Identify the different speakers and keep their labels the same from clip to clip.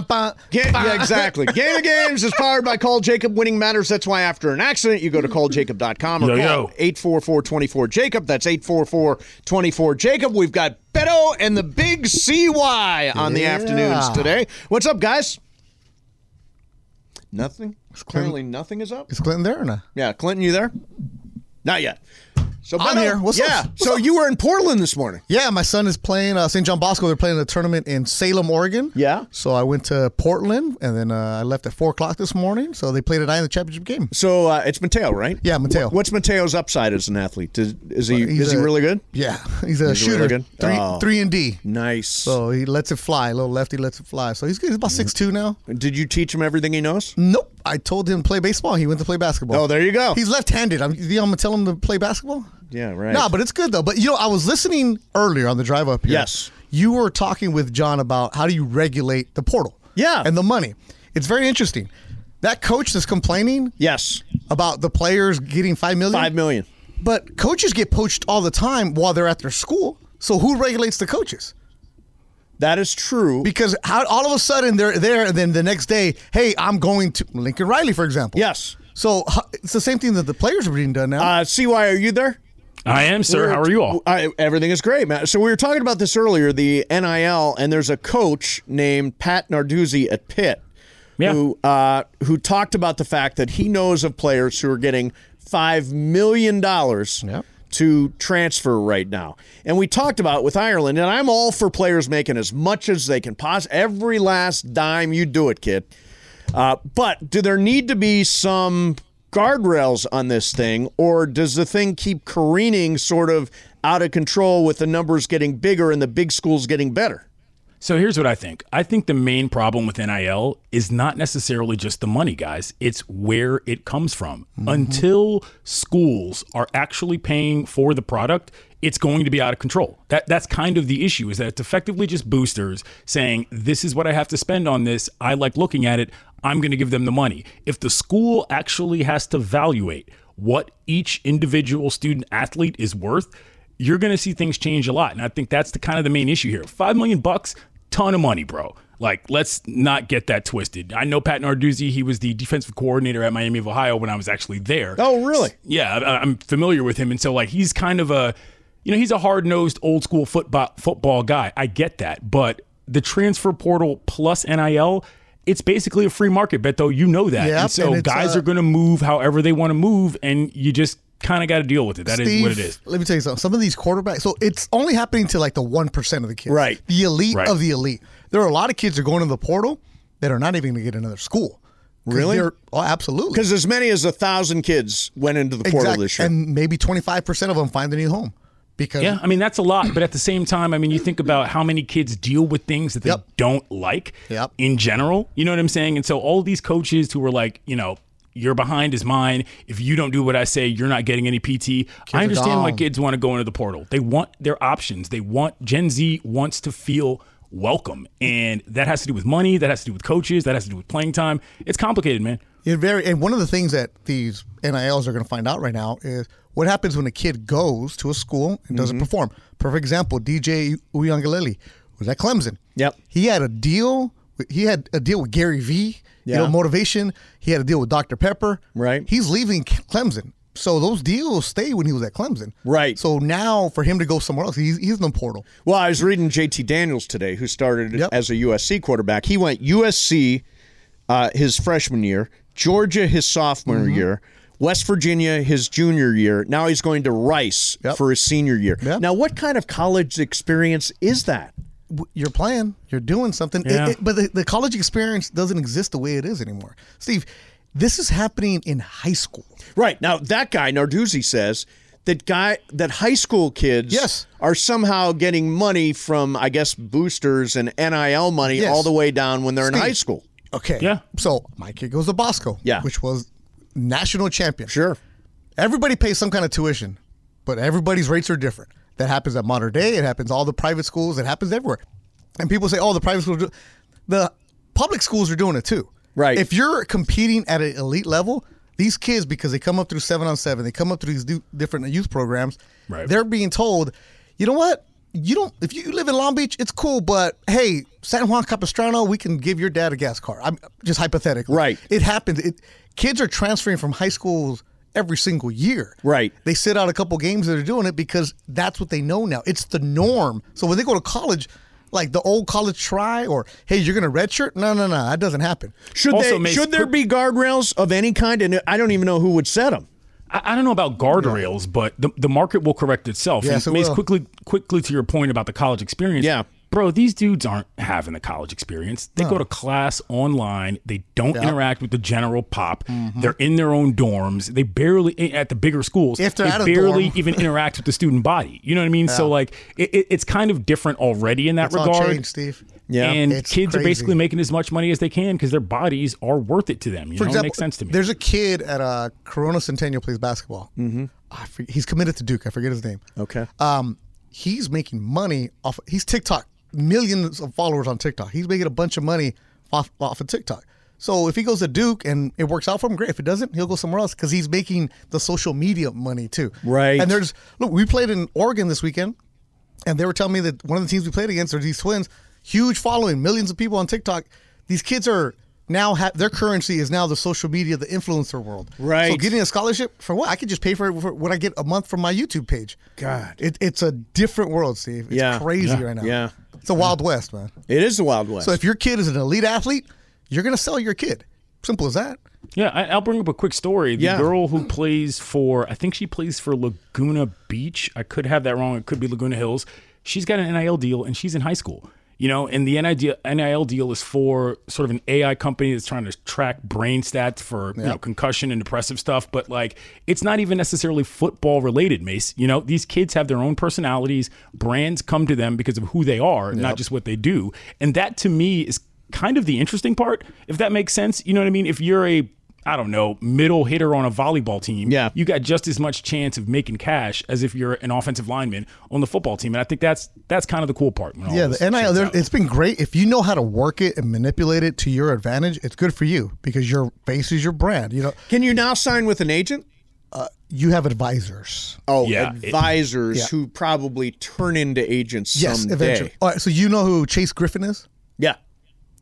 Speaker 1: Ga- yeah, exactly. Game of Games is powered by Call Jacob. Winning matters. That's why after an accident, you go to calljacob.com or
Speaker 2: Yo, yo.
Speaker 1: call 844-24-JACOB. That's 844-24-JACOB. We've got Beto and the Big CY on the
Speaker 3: Yeah.
Speaker 1: afternoons today. What's up, guys? Nothing. Clearly nothing is up.
Speaker 3: Is Clinton there or not?
Speaker 1: Yeah, Clinton, you there? Not yet. So
Speaker 3: I'm
Speaker 1: Beto-
Speaker 3: here. What's up?
Speaker 1: yeah.
Speaker 3: What's
Speaker 1: So you were in Portland this morning.
Speaker 3: Yeah, my son is playing uh, St. John Bosco. They're playing a tournament in Salem, Oregon.
Speaker 1: Yeah.
Speaker 3: So I went to Portland, and then uh, I left at four o'clock this morning. So they played tonight in the championship game.
Speaker 1: So uh, it's Mateo, right?
Speaker 3: Yeah, Mateo.
Speaker 1: What's Mateo's upside as an athlete? Is, is he
Speaker 3: He's
Speaker 1: is he
Speaker 3: a-
Speaker 1: really good?
Speaker 3: Yeah, he's a
Speaker 1: He's really
Speaker 3: shooter.
Speaker 1: good?
Speaker 3: Three,
Speaker 1: Oh.
Speaker 3: three and D.
Speaker 1: Nice.
Speaker 3: So he lets it fly. A little lefty lets it fly. So he's good. He's about six two now.
Speaker 1: Did you teach him everything he knows?
Speaker 3: Nope. I told him to play baseball. He went to play basketball.
Speaker 1: Oh, there you go.
Speaker 3: He's left-handed. I'm, you know, I'm gonna tell him to play basketball.
Speaker 1: Yeah, right.
Speaker 3: Nah, but it's good though. But you know, I was listening earlier on the drive up here.
Speaker 1: Yes.
Speaker 3: You were talking with John about how do you regulate the portal?
Speaker 1: Yeah.
Speaker 3: And the money. It's very interesting. That coach that's complaining
Speaker 1: yes,
Speaker 3: about the players getting five million.
Speaker 1: five million.
Speaker 3: But coaches get poached all the time while they're at their school. So who regulates the coaches?
Speaker 1: That is true.
Speaker 3: Because how, all of a sudden they're there, and then the next day, hey, I'm going to Lincoln Riley, for example.
Speaker 1: yes.
Speaker 3: So hu- it's the same thing that the players are being done now.
Speaker 1: Uh, CY, are you there?
Speaker 2: I am, sir. How are you all?
Speaker 1: I, everything is great, Matt. So we were talking about this earlier, the NIL, and there's a coach named Pat Narduzzi at Pitt
Speaker 2: Yeah.
Speaker 1: who uh, who talked about the fact that he knows of players who are getting five million dollars
Speaker 3: Yep.
Speaker 1: to transfer right now. And we talked about with Ireland, and I'm all for players making as much as they can pos every last dime you do it, kid. Uh, but do there need to be some guardrails on this thing, or does the thing keep careening sort of out of control with the numbers getting bigger and the big schools getting better?
Speaker 2: So here's what I think. I think the main problem with NIL is not necessarily just the money, guys. It's where it comes from. Until schools are actually paying for the product, it's going to be out of control. That that's kind of the issue is that it's effectively just boosters saying this is what I have to spend on this. I like looking at it. I'm going to give them the money. If the school actually has to evaluate what each individual student athlete is worth, you're going to see things change a lot. And I think that's the kind of the main issue here. Five million bucks, ton of money, bro. Like, let's not get that twisted. I know Pat Narduzzi, he was the defensive coordinator at Miami of Ohio when I was actually there.
Speaker 1: Oh, really?
Speaker 2: Yeah, I- I'm familiar with him, and so like he's kind of a, you know, he's a hard nosed old school football football guy. I get that, but the transfer portal plus NIL, it's basically a free market, Beto. You know that,
Speaker 3: Yep,
Speaker 2: and so
Speaker 3: and it's,
Speaker 2: guys
Speaker 3: uh,
Speaker 2: are going to move however they want to move, and you just kind of got to deal with it. That is what it
Speaker 3: Steve,
Speaker 2: is.
Speaker 3: Let me tell you something. Some of these quarterbacks, so it's only happening to like the one percent of the kids,
Speaker 1: Right.
Speaker 3: The elite
Speaker 2: Right.
Speaker 3: of the elite. There are a lot of kids that are going to the portal that are not even going to get another school. 'Cause
Speaker 1: Really?
Speaker 3: they're- Oh, absolutely.
Speaker 1: Because as many as a thousand kids went into the portal
Speaker 3: Exact-
Speaker 1: this year.
Speaker 3: and maybe twenty five percent of them find a new home because
Speaker 2: Yeah, I mean that's a lot, but at the same time, I mean you think about how many kids deal with things that they
Speaker 3: Yep.
Speaker 2: don't like
Speaker 3: Yep.
Speaker 2: in general. You know what I'm saying? And so all these coaches who were like, you know, your behind is mine. If you don't do what I say, you're not getting any PT. I understand why
Speaker 3: dumb.
Speaker 2: kids want to go into the portal. They want their options. They want Gen Z wants to feel welcome, and that has to do with money. That has to do with coaches. That has to do with playing time. It's complicated, man.
Speaker 3: It very and one of the things that these NILs are going to find out right now is what happens when a kid goes to a school and doesn't
Speaker 1: Mm-hmm.
Speaker 3: perform. Perfect example: DJ Uyangalele was at Clemson.
Speaker 1: Yep.
Speaker 3: he had a deal. with- He had a deal with Gary Vee.
Speaker 1: Yeah.
Speaker 3: You know, motivation. He had a deal with Dr. Pepper.
Speaker 1: Right.
Speaker 3: He's leaving K- Clemson. So those deals stay when he was at Clemson.
Speaker 1: Right.
Speaker 3: So now for him to go somewhere else, he's, he's in the portal.
Speaker 1: Well, I was reading JT Daniels today, who started
Speaker 3: Yep.
Speaker 1: as a USC quarterback. He went USC uh, his freshman year, Georgia his sophomore
Speaker 3: Mm-hmm.
Speaker 1: year, West Virginia his junior year. Now he's going to Rice
Speaker 3: Yep.
Speaker 1: for his senior year.
Speaker 3: Yep.
Speaker 1: Now, what kind of college experience is that?
Speaker 3: w- you're playing, you're doing something. It-
Speaker 2: Yeah.
Speaker 3: it- but the, the college experience doesn't exist the way it is anymore. Steve, this is happening in high school.
Speaker 1: Right now, that guy Narduzzi says that guy that high school kids
Speaker 3: Yes.
Speaker 1: are somehow getting money from I guess boosters and NIL money
Speaker 3: Yes.
Speaker 1: all the way down when they're in
Speaker 3: Steve.
Speaker 1: high school.
Speaker 3: Okay.
Speaker 2: Yeah.
Speaker 3: So my kid goes to Bosco,
Speaker 1: Yeah.
Speaker 3: which was national champion.
Speaker 1: Sure.
Speaker 3: Everybody pays some kind of tuition, but everybody's rates are different. That happens at modern day. It happens all the private schools. It happens everywhere. And people say, "Oh, the private schools." Do-. The public schools are doing it too.
Speaker 1: Right.
Speaker 3: If you're competing at an elite level, these kids because they come up through seven on seven, they come up through these du- different youth programs.
Speaker 2: Right.
Speaker 3: They're being told, you know what? You don't. If you live in Long Beach, it's cool, but hey, San Juan Capistrano, we can give your dad a gas car. I'm just hypothetically.
Speaker 1: Right.
Speaker 3: It happens. It kids are transferring from high schools every single year.
Speaker 1: Right.
Speaker 3: They sit out a couple games that are doing it because that's what they know now. It's the norm. So when they go to college, like the old college try or hey, you're gonna redshirt? No, no, no, that doesn't happen.
Speaker 1: Should
Speaker 2: Also,
Speaker 1: they,
Speaker 2: Mace,
Speaker 1: should there
Speaker 2: could-
Speaker 1: be guardrails of any kind? And I don't even know who would set them.
Speaker 2: I, I don't know about guardrails, but the, the market will correct itself.
Speaker 3: Yes,
Speaker 2: and
Speaker 3: it
Speaker 2: Mace,
Speaker 3: will.
Speaker 2: quickly quickly to your point about the college experience.
Speaker 1: Yeah.
Speaker 2: Bro, these dudes aren't having the college experience. They go to class online. They don't interact with the general pop.
Speaker 3: Mm-hmm.
Speaker 2: They're in their own dorms. They barely eh, at the bigger schools.
Speaker 3: If they're
Speaker 2: they
Speaker 3: at a
Speaker 2: barely
Speaker 3: dorm.
Speaker 2: even interact with the student body. You know what I mean? So like it, it, it's kind of different already in that
Speaker 3: It's all
Speaker 2: regard.
Speaker 3: changed, Steve.
Speaker 1: Yeah.
Speaker 2: and
Speaker 3: It's
Speaker 2: kids are
Speaker 3: crazy.
Speaker 2: basically making as much money as they can because their bodies are worth it to them. You know, it makes sense to me.
Speaker 3: There's a kid at uh, Corona Centennial plays basketball. Mm-hmm. I forget, he's committed to Duke. I forget his name.
Speaker 2: Oh,
Speaker 1: Okay.
Speaker 3: Um, he's making money off. He's TikTok millions of followers on TikTok. He's making a bunch of money off off of TikTok. So if he goes to Duke and it works out for him, great. If it doesn't, he'll go somewhere else because he's making the social media money too.
Speaker 1: Right.
Speaker 3: And there's look, we played in Oregon this weekend, and they were telling me that one of the teams we played against are these twins, huge following, millions of people on TikTok. These kids are now ha- their currency is now the social media, the influencer world. So
Speaker 1: Right.
Speaker 3: getting a scholarship for what? I could just pay for it for what I get a month from my YouTube page.
Speaker 1: God.
Speaker 3: it, it's a different world, Steve. It's
Speaker 1: Yeah.
Speaker 3: crazy
Speaker 1: Yeah.
Speaker 3: right now.
Speaker 1: Yeah.
Speaker 3: it's a wild west, man.
Speaker 1: It is the Wild West.
Speaker 3: So if your kid is an elite athlete, you're gonna sell your kid. Simple as that.
Speaker 2: Yeah, I, I'll bring up a quick story. The
Speaker 1: Yeah.
Speaker 2: girl who plays for, I think she plays for Laguna Beach. I could have that wrong. It could be Laguna Hills. She's got an NIL deal and she's in high school. You know, and the NIL NIL deal is for sort of an AI company that's trying to track brain stats for you know concussion and depressive stuff. But like, it's not even necessarily football related, Mace. You know, these kids have their own personalities. Brands come to them because of who they are, not just what they do. And that to me is kind of the interesting part, if that makes sense. You know what I mean? If you're a I don't know, middle hitter on a volleyball team,
Speaker 1: Yeah.
Speaker 2: you got just as much chance of making cash as if you're an offensive lineman on the football team. And I think that's that's kind of the cool part. when all
Speaker 3: Yeah,
Speaker 2: this
Speaker 3: the NIL,
Speaker 2: shakes
Speaker 3: there,
Speaker 2: out.
Speaker 3: it's been great. If you know how to work it and manipulate it to your advantage, it's good for you because your face is your brand. You know,
Speaker 1: Can you now sign with an agent?
Speaker 3: you have advisors.
Speaker 1: Oh,
Speaker 2: Yeah, it-
Speaker 1: advisors
Speaker 3: yeah.
Speaker 1: who probably turn into agents
Speaker 3: Yes,
Speaker 1: someday.
Speaker 3: eventually. All right, so you know who Chase Griffin is?
Speaker 1: Yeah,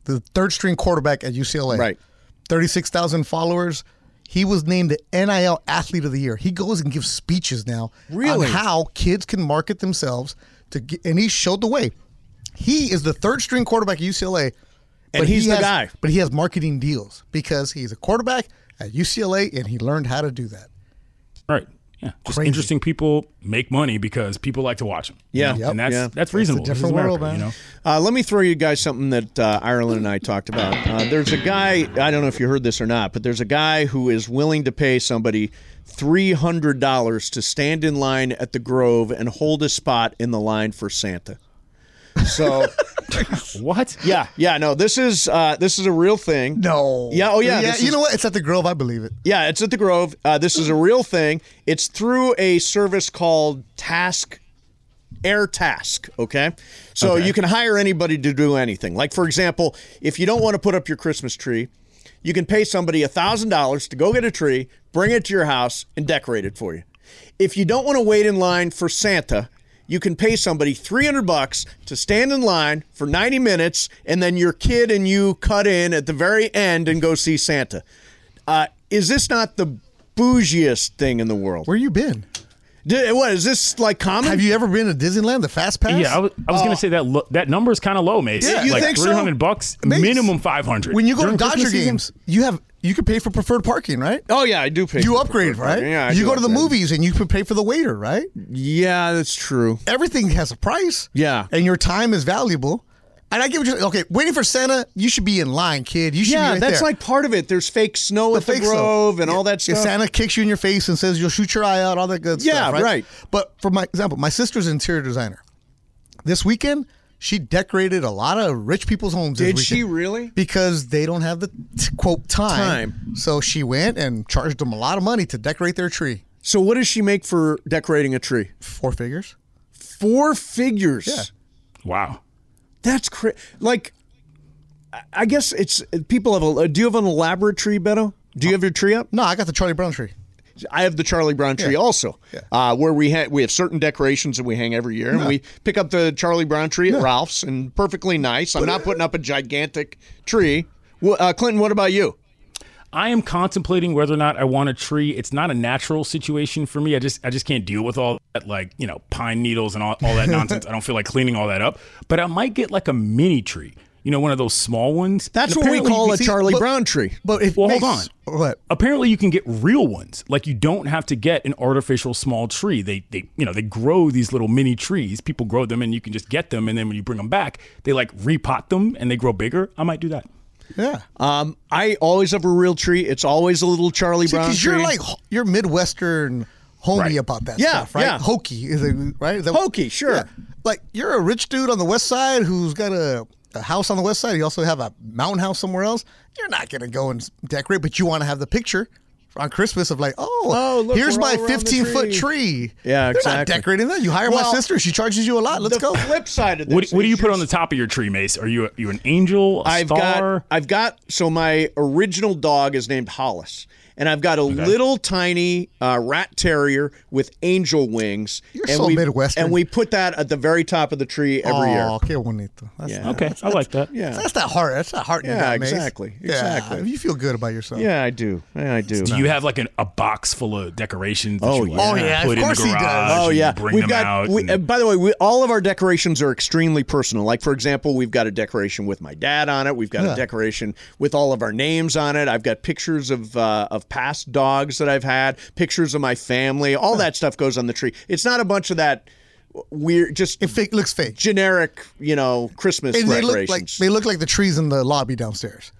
Speaker 3: The third string quarterback at UCLA.
Speaker 1: Right.
Speaker 3: 36,000 followers. He was named the NIL Athlete of the Year. He goes and gives speeches now
Speaker 1: Really?
Speaker 3: on how kids can market themselves to get, and he showed the way. He is the third string quarterback at UCLA.
Speaker 1: And
Speaker 3: but
Speaker 1: he's
Speaker 3: he
Speaker 1: the
Speaker 3: has-
Speaker 1: guy.
Speaker 3: But he has marketing deals because he's a quarterback at UCLA and he learned how to do that.
Speaker 2: right. Yeah, just
Speaker 3: Crazy.
Speaker 2: interesting people make money because people like to watch them.
Speaker 1: Yeah.
Speaker 2: and
Speaker 1: Yep.
Speaker 2: that's
Speaker 1: Yeah.
Speaker 2: that's reasonable. This is
Speaker 3: different world,
Speaker 2: America,
Speaker 3: man.
Speaker 2: You know?
Speaker 1: Uh, let me throw you guys something that uh, Ireland and I talked about. Uh, there's a guy, I don't know if you heard this or not, but there's a guy who is willing to pay somebody $300 to stand in line at the Grove and hold a spot in the line for Santa. So,
Speaker 2: What?
Speaker 1: yeah, yeah, no, this is uh, this is a real thing.
Speaker 3: No.
Speaker 1: Yeah, oh, yeah,
Speaker 3: Yeah,
Speaker 1: this
Speaker 3: you
Speaker 1: is-
Speaker 3: know what? It's at the Grove. I believe it.
Speaker 1: Yeah, it's at the Grove. Uh, this is a real thing. It's through a service called Task Air Task. Okay, so you can hire anybody to do anything. Like for example, if you don't want to put up your Christmas tree, you can pay somebody thousand dollars to go get a tree, bring it to your house, and decorate it for you. If you don't want to wait in line for Santa. You can pay somebody 300 bucks to stand in line for 90 minutes and then your kid and you cut in at the very end and go see Santa. Uh, is this not the bougiest thing in the world?
Speaker 3: Where you been?
Speaker 1: D- what is this like common?
Speaker 3: Have you ever been to Disneyland? The Fast Pass?
Speaker 2: Yeah, I was, I
Speaker 3: Oh.
Speaker 2: was gonna say that lo- that number is kind of low, Mace.
Speaker 1: Yeah, you
Speaker 2: like
Speaker 1: think so?
Speaker 2: three hundred bucks,
Speaker 3: Mace,
Speaker 2: minimum five hundred.
Speaker 3: When you go
Speaker 2: During
Speaker 3: to Dodger
Speaker 2: Christmas season?
Speaker 3: games, you have you can pay for preferred parking, right?
Speaker 1: oh yeah, I do pay.
Speaker 3: You
Speaker 1: for
Speaker 3: upgrade,
Speaker 1: preferred
Speaker 3: right?
Speaker 1: parking. Yeah, I
Speaker 3: you
Speaker 1: do
Speaker 3: go to the
Speaker 1: upgrade.
Speaker 3: movies and you can pay for the waiter, right?
Speaker 1: Yeah, that's true.
Speaker 3: Everything has a price.
Speaker 1: Yeah.
Speaker 3: And your time is valuable. And I give you okay, waiting for Santa, you should be in line, kid. You should be
Speaker 1: Yeah,
Speaker 3: right
Speaker 1: that's
Speaker 3: there.
Speaker 1: like part of it. There's fake snow at the
Speaker 3: stuff.
Speaker 1: Grove and all that
Speaker 3: Yeah,
Speaker 1: stuff.
Speaker 3: Santa kicks you in your face and says you'll shoot your eye out, all that good
Speaker 1: Yeah,
Speaker 3: stuff. right?
Speaker 1: right.
Speaker 3: But for my example, my sister's an interior designer. This weekend, she decorated a lot of rich people's homes. this
Speaker 1: Did she
Speaker 3: weekend
Speaker 1: really?
Speaker 3: Because they don't have the t- quote time.
Speaker 1: Time.
Speaker 3: So she went and charged them a lot of money to decorate their tree.
Speaker 1: so what does she make for decorating a tree?
Speaker 3: Four figures.
Speaker 1: Four figures.
Speaker 3: Yeah.
Speaker 2: wow.
Speaker 1: That's cra- like. I- I
Speaker 3: Uh,
Speaker 1: guess it's people have a. Do you have an elaborate tree, Beto? Do you have your tree up?
Speaker 3: No, I got the Charlie Brown tree.
Speaker 1: I have the Charlie Brown tree also, uh, where we ha- we have certain decorations that we hang every year, and we pick up the Charlie Brown tree at Ralph's, and perfectly nice. I'm not putting up a gigantic tree. Wh- Uh, Clinton, what about you?
Speaker 2: I am contemplating whether or not I want a tree. It's not a natural situation for me. I just I just can't deal with all that like, you know, pine needles and all, all that nonsense. I don't feel like cleaning all that up. But I might get like a mini tree. You know, one of those small ones.
Speaker 1: That's
Speaker 2: And
Speaker 1: what we
Speaker 2: apparently
Speaker 1: call
Speaker 2: you
Speaker 1: a
Speaker 2: can-
Speaker 1: Charlie Brown tree.
Speaker 3: But if
Speaker 2: Well, hold
Speaker 3: makes-
Speaker 2: on.
Speaker 3: What?
Speaker 2: Apparently you can get real ones. Like you don't have to get an artificial small tree. They they you know, they grow these little mini trees. People grow them and you can just get them and then when you bring them back, they like repot them and they grow bigger. I might do that.
Speaker 3: Yeah.
Speaker 1: Um, I always have a real tree. It's always a little Charlie Brown
Speaker 3: Because
Speaker 1: tree.
Speaker 3: you're like ho- you're Midwestern homey
Speaker 2: Right.
Speaker 3: about that
Speaker 1: Yeah,
Speaker 3: stuff, right?
Speaker 1: yeah.
Speaker 3: Hokey is it right? Is that-
Speaker 1: Hokey, sure.
Speaker 3: Like you're a rich dude on the west side who's got a, a house on the west side. You also have a mountain house somewhere else. You're not gonna go and s- decorate, but you want to have the picture on Christmas of like, oh,
Speaker 1: Oh, look,
Speaker 3: here's
Speaker 1: we're
Speaker 3: my
Speaker 1: all around the
Speaker 3: 15 foot
Speaker 1: tree.
Speaker 3: tree.
Speaker 1: Yeah,
Speaker 3: You're not
Speaker 1: exactly.
Speaker 3: decorating that. You hire
Speaker 1: Well,
Speaker 3: my sister. She charges you a lot. Let's
Speaker 1: the
Speaker 3: go.
Speaker 1: flip side of this.
Speaker 2: What, what do you
Speaker 1: is
Speaker 2: put
Speaker 1: your
Speaker 2: on the top of your tree, Mace? Are you a, you an angel, a
Speaker 1: I've
Speaker 2: star?
Speaker 1: got I've got so my original dog is named Hollis, and I've got a little tiny uh, rat terrier with angel wings.
Speaker 3: You're
Speaker 1: and
Speaker 3: so
Speaker 1: we,
Speaker 3: Midwestern.
Speaker 1: And we put that at the very top of the tree every year.
Speaker 3: Oh, qué bonito. That's
Speaker 1: Yeah.
Speaker 2: Okay, I like that.
Speaker 1: Yeah,
Speaker 3: That's not hard. That's not hard.
Speaker 1: Yeah, exactly, exactly.
Speaker 3: You feel good about yourself.
Speaker 1: yeah, I do. Yeah, I do.
Speaker 2: Do you have like an, a box full of decorations? That
Speaker 1: Oh,
Speaker 2: you,
Speaker 1: yeah.
Speaker 2: like,
Speaker 1: Oh,
Speaker 3: yeah,
Speaker 2: put
Speaker 3: of course
Speaker 2: in
Speaker 3: he
Speaker 2: the
Speaker 3: does.
Speaker 2: garage
Speaker 1: Oh
Speaker 2: and
Speaker 1: yeah,
Speaker 2: you bring
Speaker 1: we've
Speaker 2: them
Speaker 1: got.
Speaker 2: out.
Speaker 1: we,
Speaker 2: and-
Speaker 1: uh, by the way, we, all of our decorations are extremely personal. Like for example, we've got a decoration with my dad on it. We've got a decoration with all of our names on it. I've got pictures of uh, of past dogs that I've had, pictures of my family. All that stuff goes on the tree. It's not a bunch of that weird, just
Speaker 3: It fake, looks fake.
Speaker 1: generic, you know, Christmas
Speaker 3: And they look like
Speaker 1: decorations.
Speaker 3: they look like the trees in the lobby downstairs.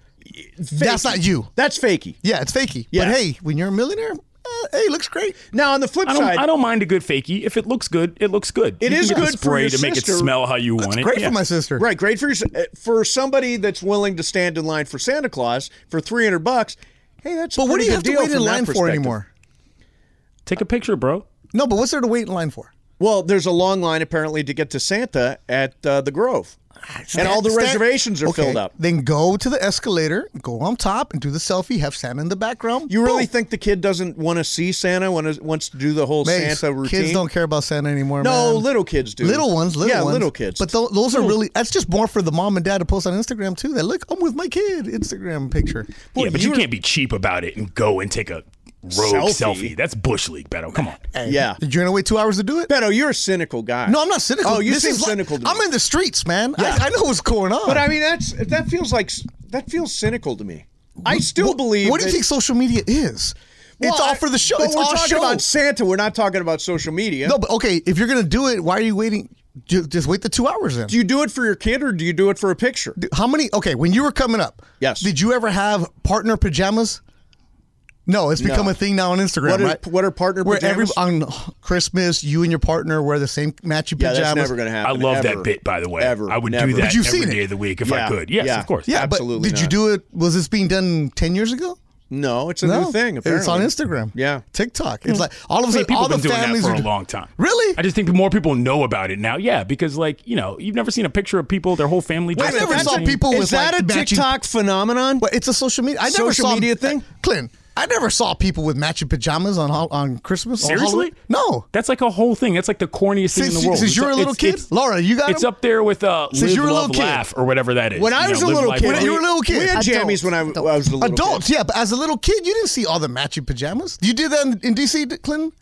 Speaker 3: That's not you.
Speaker 1: That's fakey.
Speaker 3: Yeah, it's fakey.
Speaker 1: Yeah.
Speaker 3: But hey, when you're a millionaire, uh, hey, it looks great.
Speaker 1: Now on the flip
Speaker 2: I don't,
Speaker 1: side,
Speaker 2: I don't mind a good fakie. If it looks good, it looks good. It
Speaker 1: It
Speaker 2: is you
Speaker 1: is
Speaker 2: can get the
Speaker 1: good for
Speaker 2: spray
Speaker 1: your
Speaker 2: to make it
Speaker 1: sister.
Speaker 2: smell how you want it.
Speaker 3: Great
Speaker 2: Yeah.
Speaker 3: for my sister.
Speaker 1: Right, great for your, for somebody that's willing to stand in line for Santa Claus for three hundred bucks. Hey, that's
Speaker 3: But
Speaker 1: a
Speaker 3: what
Speaker 1: pretty
Speaker 3: do you
Speaker 1: good
Speaker 3: have to
Speaker 1: deal
Speaker 3: wait in
Speaker 1: from that
Speaker 3: line for
Speaker 1: perspective.
Speaker 3: anymore?
Speaker 2: Take a picture, bro.
Speaker 3: No, but what's there to wait in line for?
Speaker 1: Well, there's a long line apparently to get to Santa at uh, the Grove,
Speaker 3: Ah,
Speaker 1: and all the
Speaker 3: Stand-
Speaker 1: reservations are
Speaker 3: Okay,
Speaker 1: filled up.
Speaker 3: Then go to the escalator, go on top, and do the selfie. Have Santa in the background.
Speaker 1: You really
Speaker 3: Boom.
Speaker 1: think the kid doesn't want to see Santa? Want to, wants to do the whole
Speaker 3: Hey,
Speaker 1: Santa routine?
Speaker 3: Kids don't care about Santa anymore.
Speaker 1: No,
Speaker 3: man.
Speaker 1: little kids do.
Speaker 3: Little ones, little
Speaker 1: yeah,
Speaker 3: ones.
Speaker 1: little kids.
Speaker 3: But tho- those are really, that's just more for the mom and dad to post on Instagram too. That look, I'm with my kid Instagram picture.
Speaker 2: yeah, but you,
Speaker 1: you're-
Speaker 2: can't be cheap about it and go and take a rogue
Speaker 1: Selfie.
Speaker 2: selfie. That's bush league, Beto. Come on.
Speaker 1: yeah,
Speaker 3: Did you gonna wait two hours to do it?
Speaker 1: Beto, you're a cynical guy.
Speaker 3: No, I'm not cynical.
Speaker 1: Oh, you
Speaker 3: This
Speaker 1: seem
Speaker 3: is like-
Speaker 1: cynical. to me.
Speaker 3: I'm in the streets, man.
Speaker 1: Yeah.
Speaker 3: I, I know what's going on.
Speaker 1: But I mean, that's that feels like that feels cynical to me. I still believe.
Speaker 3: what do you
Speaker 1: that-
Speaker 3: think social media is? it's
Speaker 1: Well,
Speaker 3: all
Speaker 1: I-
Speaker 3: for the show.
Speaker 1: But
Speaker 3: it's
Speaker 1: we're
Speaker 3: all
Speaker 1: talking
Speaker 3: show.
Speaker 1: about Santa. We're not talking about social media.
Speaker 3: no, but okay, if you're gonna do it, why are you waiting? Ju- Just wait the two hours then.
Speaker 1: Do you do it for your kid or do you do it for a picture?
Speaker 3: How many? Okay, when you were coming up,
Speaker 1: Yes.
Speaker 3: Did you ever have partner pajamas? No, it's become a thing now on Instagram.
Speaker 1: What are-
Speaker 3: right?
Speaker 1: what are partner
Speaker 3: Where
Speaker 1: pajamas?
Speaker 3: every on Christmas, you and your partner wear the same matchy
Speaker 1: Yeah,
Speaker 3: pajamas.
Speaker 1: that's never going to happen.
Speaker 2: I love
Speaker 1: ever.
Speaker 2: that bit, by the way.
Speaker 1: Ever.
Speaker 2: I would
Speaker 1: never.
Speaker 2: do that
Speaker 3: But you've
Speaker 2: every
Speaker 3: seen it.
Speaker 2: day of the week if
Speaker 1: Yeah,
Speaker 2: I could. Yes,
Speaker 1: yeah.
Speaker 2: of course.
Speaker 3: Yeah,
Speaker 1: Absolutely
Speaker 3: but did
Speaker 1: not.
Speaker 3: you do it? Was this being done ten years ago?
Speaker 1: No, it's a
Speaker 3: No,
Speaker 1: new thing. Apparently.
Speaker 3: it's on Instagram.
Speaker 1: Yeah.
Speaker 3: TikTok. It's like all of a
Speaker 2: I mean,
Speaker 3: sudden,
Speaker 2: Hmm. people
Speaker 3: all the
Speaker 2: have been doing that
Speaker 3: families
Speaker 2: for
Speaker 3: are
Speaker 2: a
Speaker 3: do-
Speaker 2: long time.
Speaker 3: Really?
Speaker 2: I just think more people know about it now. Yeah, because like you know, you've never seen a picture of people, their whole family.
Speaker 3: I
Speaker 2: dressed up
Speaker 3: never
Speaker 2: the
Speaker 3: saw
Speaker 2: same.
Speaker 3: people with
Speaker 1: Is that
Speaker 3: like
Speaker 1: a
Speaker 3: matching-
Speaker 1: TikTok phenomenon?
Speaker 3: But it's a social media. I never
Speaker 1: Social
Speaker 3: saw
Speaker 1: media thing?
Speaker 3: Clinton. I never saw people with matching pajamas on hol- on Christmas. or
Speaker 2: Seriously?
Speaker 3: Halloween. No.
Speaker 2: That's like a whole thing. That's like the corniest thing
Speaker 3: Since-
Speaker 2: in the world.
Speaker 3: since you're a
Speaker 2: It's-
Speaker 3: little kid?
Speaker 2: it's-
Speaker 3: Laura, you got
Speaker 2: It's
Speaker 3: him?
Speaker 2: up there with uh,
Speaker 3: Since
Speaker 2: live,
Speaker 3: you were a
Speaker 2: love,
Speaker 3: little kid.
Speaker 2: laugh, or whatever that is.
Speaker 1: when I
Speaker 2: You
Speaker 1: was
Speaker 2: know,
Speaker 1: a
Speaker 2: live
Speaker 1: little
Speaker 2: life
Speaker 1: kid,
Speaker 2: well.
Speaker 3: When you were a little
Speaker 1: we- we
Speaker 3: kid.
Speaker 1: had jammies
Speaker 3: Adults.
Speaker 1: when I,
Speaker 3: Adults.
Speaker 1: I was a little kid.
Speaker 3: Adults, yeah, but as a little kid, you didn't see all the matching pajamas. You did that in, in DC, D- Clinton.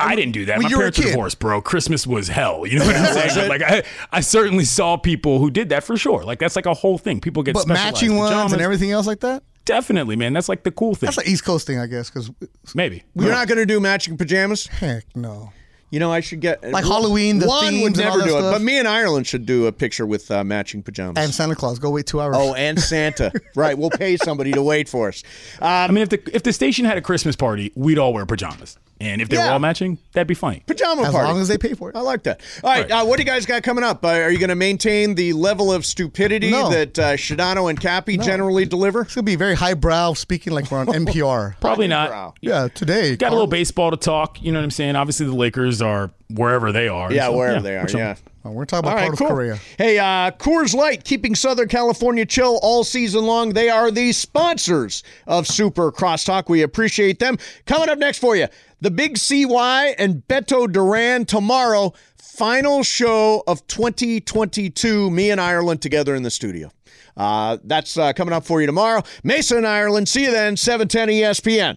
Speaker 2: I didn't do that.
Speaker 3: when
Speaker 2: My
Speaker 3: you were a
Speaker 2: parents were
Speaker 3: kid.
Speaker 2: divorced, bro. Christmas was hell. You know what I'm
Speaker 1: Was
Speaker 2: saying?
Speaker 1: it?
Speaker 2: But, like I, I certainly saw people who did that for sure. Like that's like a whole thing. People get
Speaker 3: But
Speaker 2: specialized
Speaker 3: matching ones
Speaker 2: pajamas.
Speaker 3: and everything else like that.
Speaker 2: Definitely, man. That's like the cool thing.
Speaker 3: That's an East Coast thing, I guess. Because
Speaker 2: Maybe.
Speaker 1: You're not going to do matching pajamas.
Speaker 3: heck no.
Speaker 1: You know, I should get
Speaker 3: Like Halloween, the
Speaker 1: One
Speaker 3: themes
Speaker 1: would
Speaker 3: and all
Speaker 1: never
Speaker 3: that
Speaker 1: do it,
Speaker 3: stuff.
Speaker 1: but me and Ireland should do a picture with uh, matching pajamas.
Speaker 3: And Santa Claus, go wait two hours.
Speaker 1: oh, and Santa, right? We'll pay somebody to wait for us.
Speaker 2: I mean, if the if the station had a Christmas party, we'd all wear pajamas, and if they
Speaker 1: Yeah.
Speaker 2: were all matching, that'd be funny.
Speaker 1: Pajama
Speaker 3: as
Speaker 1: party.
Speaker 3: long as they pay for it.
Speaker 1: I like that. All right,
Speaker 2: Right.
Speaker 1: Uh, what do you guys got coming up? Uh, are you going to maintain the level of stupidity
Speaker 3: No.
Speaker 1: that uh, Shadano and Cappy generally deliver?
Speaker 3: It's gonna be very highbrow, speaking like we're on NPR.
Speaker 2: Probably
Speaker 1: Wow.
Speaker 2: not.
Speaker 3: yeah, today.
Speaker 2: Got a
Speaker 3: Carl-
Speaker 2: little baseball to talk. You know what I'm saying? Obviously, the Lakers are wherever they are.
Speaker 1: Yeah,
Speaker 2: So,
Speaker 1: wherever they
Speaker 2: we're
Speaker 1: are.
Speaker 2: chilling.
Speaker 1: Yeah.
Speaker 3: Well, uh, we're talking about
Speaker 1: All right,
Speaker 3: part
Speaker 1: cool.
Speaker 3: of Korea.
Speaker 1: Hey, uh, Coors Light, keeping Southern California chill all season long. They are the sponsors of Super Crosstalk. We appreciate them. Coming up next for you, the Big CY and Beto Duran tomorrow. Final show of 2022. Me and Ireland together in the studio. Uh, that's uh, coming up for you tomorrow. Mason and Ireland. See you then. E 710 ESPN.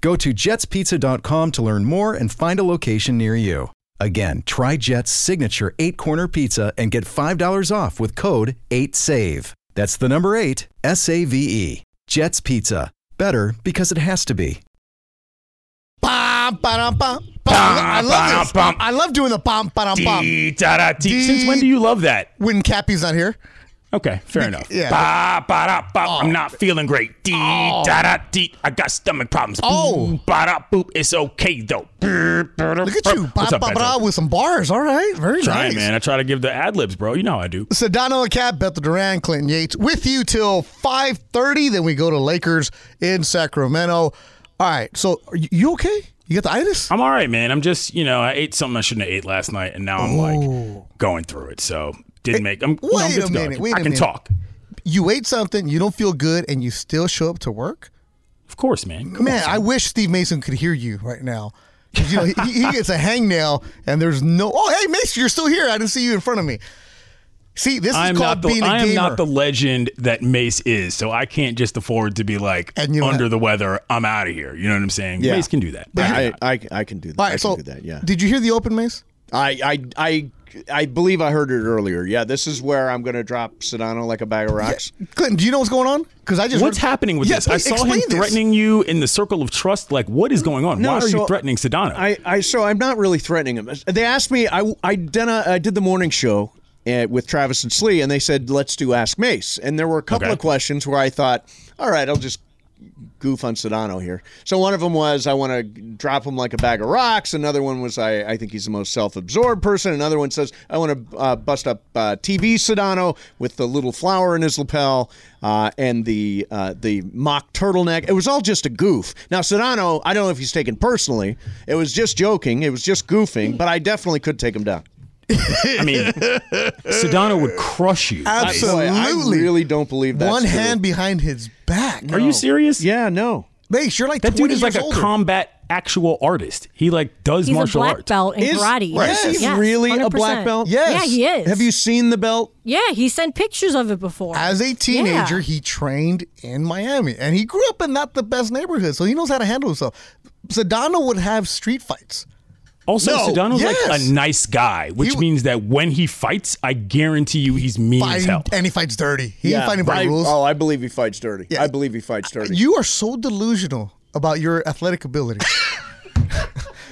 Speaker 4: Go to jetspizza.com to learn more and find a location near you. Again, try Jet's signature eight corner pizza and get $5 off with code 8SAVE. That's the number eight, S A V E. Jet's Pizza. Better because it has to be.
Speaker 3: Bum, ba-dum, bum, bum. I love this.
Speaker 2: Bum, ba-dum, bum.
Speaker 3: I love doing the bum, ba-dum, bum.
Speaker 2: Dee, da, da, dee. Since when do you love that?
Speaker 3: When Cappy's not here.
Speaker 2: Okay, fair enough.
Speaker 3: yeah. Oh.
Speaker 2: Ba, ba, da, ba. I'm not feeling great. Dee, da, da, dee. I got stomach problems.
Speaker 3: Oh.
Speaker 2: Boo, ba, da, boop. It's okay, though. Brr, brr,
Speaker 3: Look at you.
Speaker 2: brr.
Speaker 3: Ba,
Speaker 2: What's up,
Speaker 3: ba, ba,
Speaker 2: Beto?
Speaker 3: with some bars. All right. Very
Speaker 2: Trying,
Speaker 3: nice.
Speaker 2: man. I try to give the ad libs, bro. You know how I do.
Speaker 3: Sedano and Cap, Bethel Duran, Clinton Yates with you till 5.30. Then we go to Lakers in Sacramento. All right. So, are you- you okay? You got the itis?
Speaker 2: I'm all right, man. I'm just, you know, I ate something I shouldn't have ate last night, and now I'm like going through it. So didn't make. I'm, you know, I'm
Speaker 3: wait
Speaker 2: good
Speaker 3: a
Speaker 2: to go. I
Speaker 3: minute,
Speaker 2: can-
Speaker 3: wait
Speaker 2: I
Speaker 3: a
Speaker 2: can
Speaker 3: minute.
Speaker 2: talk.
Speaker 3: You ate something, you don't feel good, and you still show up to work?
Speaker 2: Of course, man. Come on,
Speaker 3: Man, I wish Steve Mason could hear you right now. 'Cause, You know, he, he gets a hangnail, and there's no. Oh, hey, Mason, you're still here. I didn't see you in front of me. See, this is
Speaker 2: I'm
Speaker 3: called
Speaker 2: not the
Speaker 3: being a
Speaker 2: I am
Speaker 3: gamer.
Speaker 2: not the legend that Mace is, so I can't just afford to be like
Speaker 3: And you
Speaker 2: under
Speaker 3: have-
Speaker 2: the weather. I'm out of here. You know what I'm saying?
Speaker 1: Yeah.
Speaker 2: Mace can do that.
Speaker 1: I, I, I can do that.
Speaker 3: All
Speaker 1: I
Speaker 3: right,
Speaker 1: can
Speaker 3: so
Speaker 1: do that, yeah.
Speaker 3: did you hear the open, Mace?
Speaker 1: I I I I believe I heard it earlier. Yeah, this is where I'm going to drop Sedano like a bag of rocks.
Speaker 3: Clinton, do you know what's going on? Because I just
Speaker 2: What's
Speaker 3: heard-
Speaker 2: happening with
Speaker 3: Yeah,
Speaker 2: this? I
Speaker 3: please
Speaker 2: saw him
Speaker 3: explain this.
Speaker 2: threatening you in the circle of trust. Like, what is going on? Why are
Speaker 1: so
Speaker 2: you threatening Sedano?
Speaker 1: I, I so I'm not really threatening him. They asked me. I I, done a, I did the morning show uh, with Travis and Slee, and they said let's do Ask Mace. And there were a couple
Speaker 2: Okay.
Speaker 1: of questions where I thought, all right, I'll just goof on Sedano here. So one of them was I want to drop him like a bag of rocks. Another one was I, I think he's the most self-absorbed person. Another one says I want to uh, bust up uh, TV Sedano with the little flower in his lapel uh, and the uh, the mock turtleneck. It was all just a goof. Now Sedano, I don't know if he's taken personally. It was just joking. It was just goofing. But I definitely could take him down.
Speaker 2: I mean, Sedano would crush you.
Speaker 3: Absolutely.
Speaker 1: Boy, I really don't believe that.
Speaker 3: One hand behind his back.
Speaker 2: are you serious?
Speaker 1: Yeah, no.
Speaker 3: Mace, you're like
Speaker 2: That
Speaker 3: 20
Speaker 2: dude is like
Speaker 3: years
Speaker 2: a
Speaker 3: older.
Speaker 2: combat actual artist. He like does
Speaker 5: He's
Speaker 2: martial
Speaker 5: a black
Speaker 2: arts.
Speaker 5: belt in
Speaker 1: Is,
Speaker 5: karate.
Speaker 1: is he really a
Speaker 5: 100%.
Speaker 1: black belt?
Speaker 3: Yes.
Speaker 5: Yeah, he is.
Speaker 1: Have you seen the belt?
Speaker 5: Yeah, he sent pictures of it before.
Speaker 3: As a teenager,
Speaker 5: Yeah.
Speaker 3: he trained in Miami, and he grew up in not the best neighborhood, so he knows how to handle himself. Sedano would have street fights.
Speaker 2: Also,
Speaker 3: No,
Speaker 2: Sedano's like
Speaker 3: yes.
Speaker 2: a nice guy, which
Speaker 3: He-
Speaker 2: means that when he fights, I guarantee you he's mean as
Speaker 3: Fight-
Speaker 2: hell.
Speaker 3: and he fights dirty. He ain't fighting by
Speaker 1: I-
Speaker 3: rules.
Speaker 1: Oh, I believe he fights dirty.
Speaker 3: Yeah.
Speaker 1: I believe he fights dirty. You,
Speaker 3: You are so delusional about your athletic ability.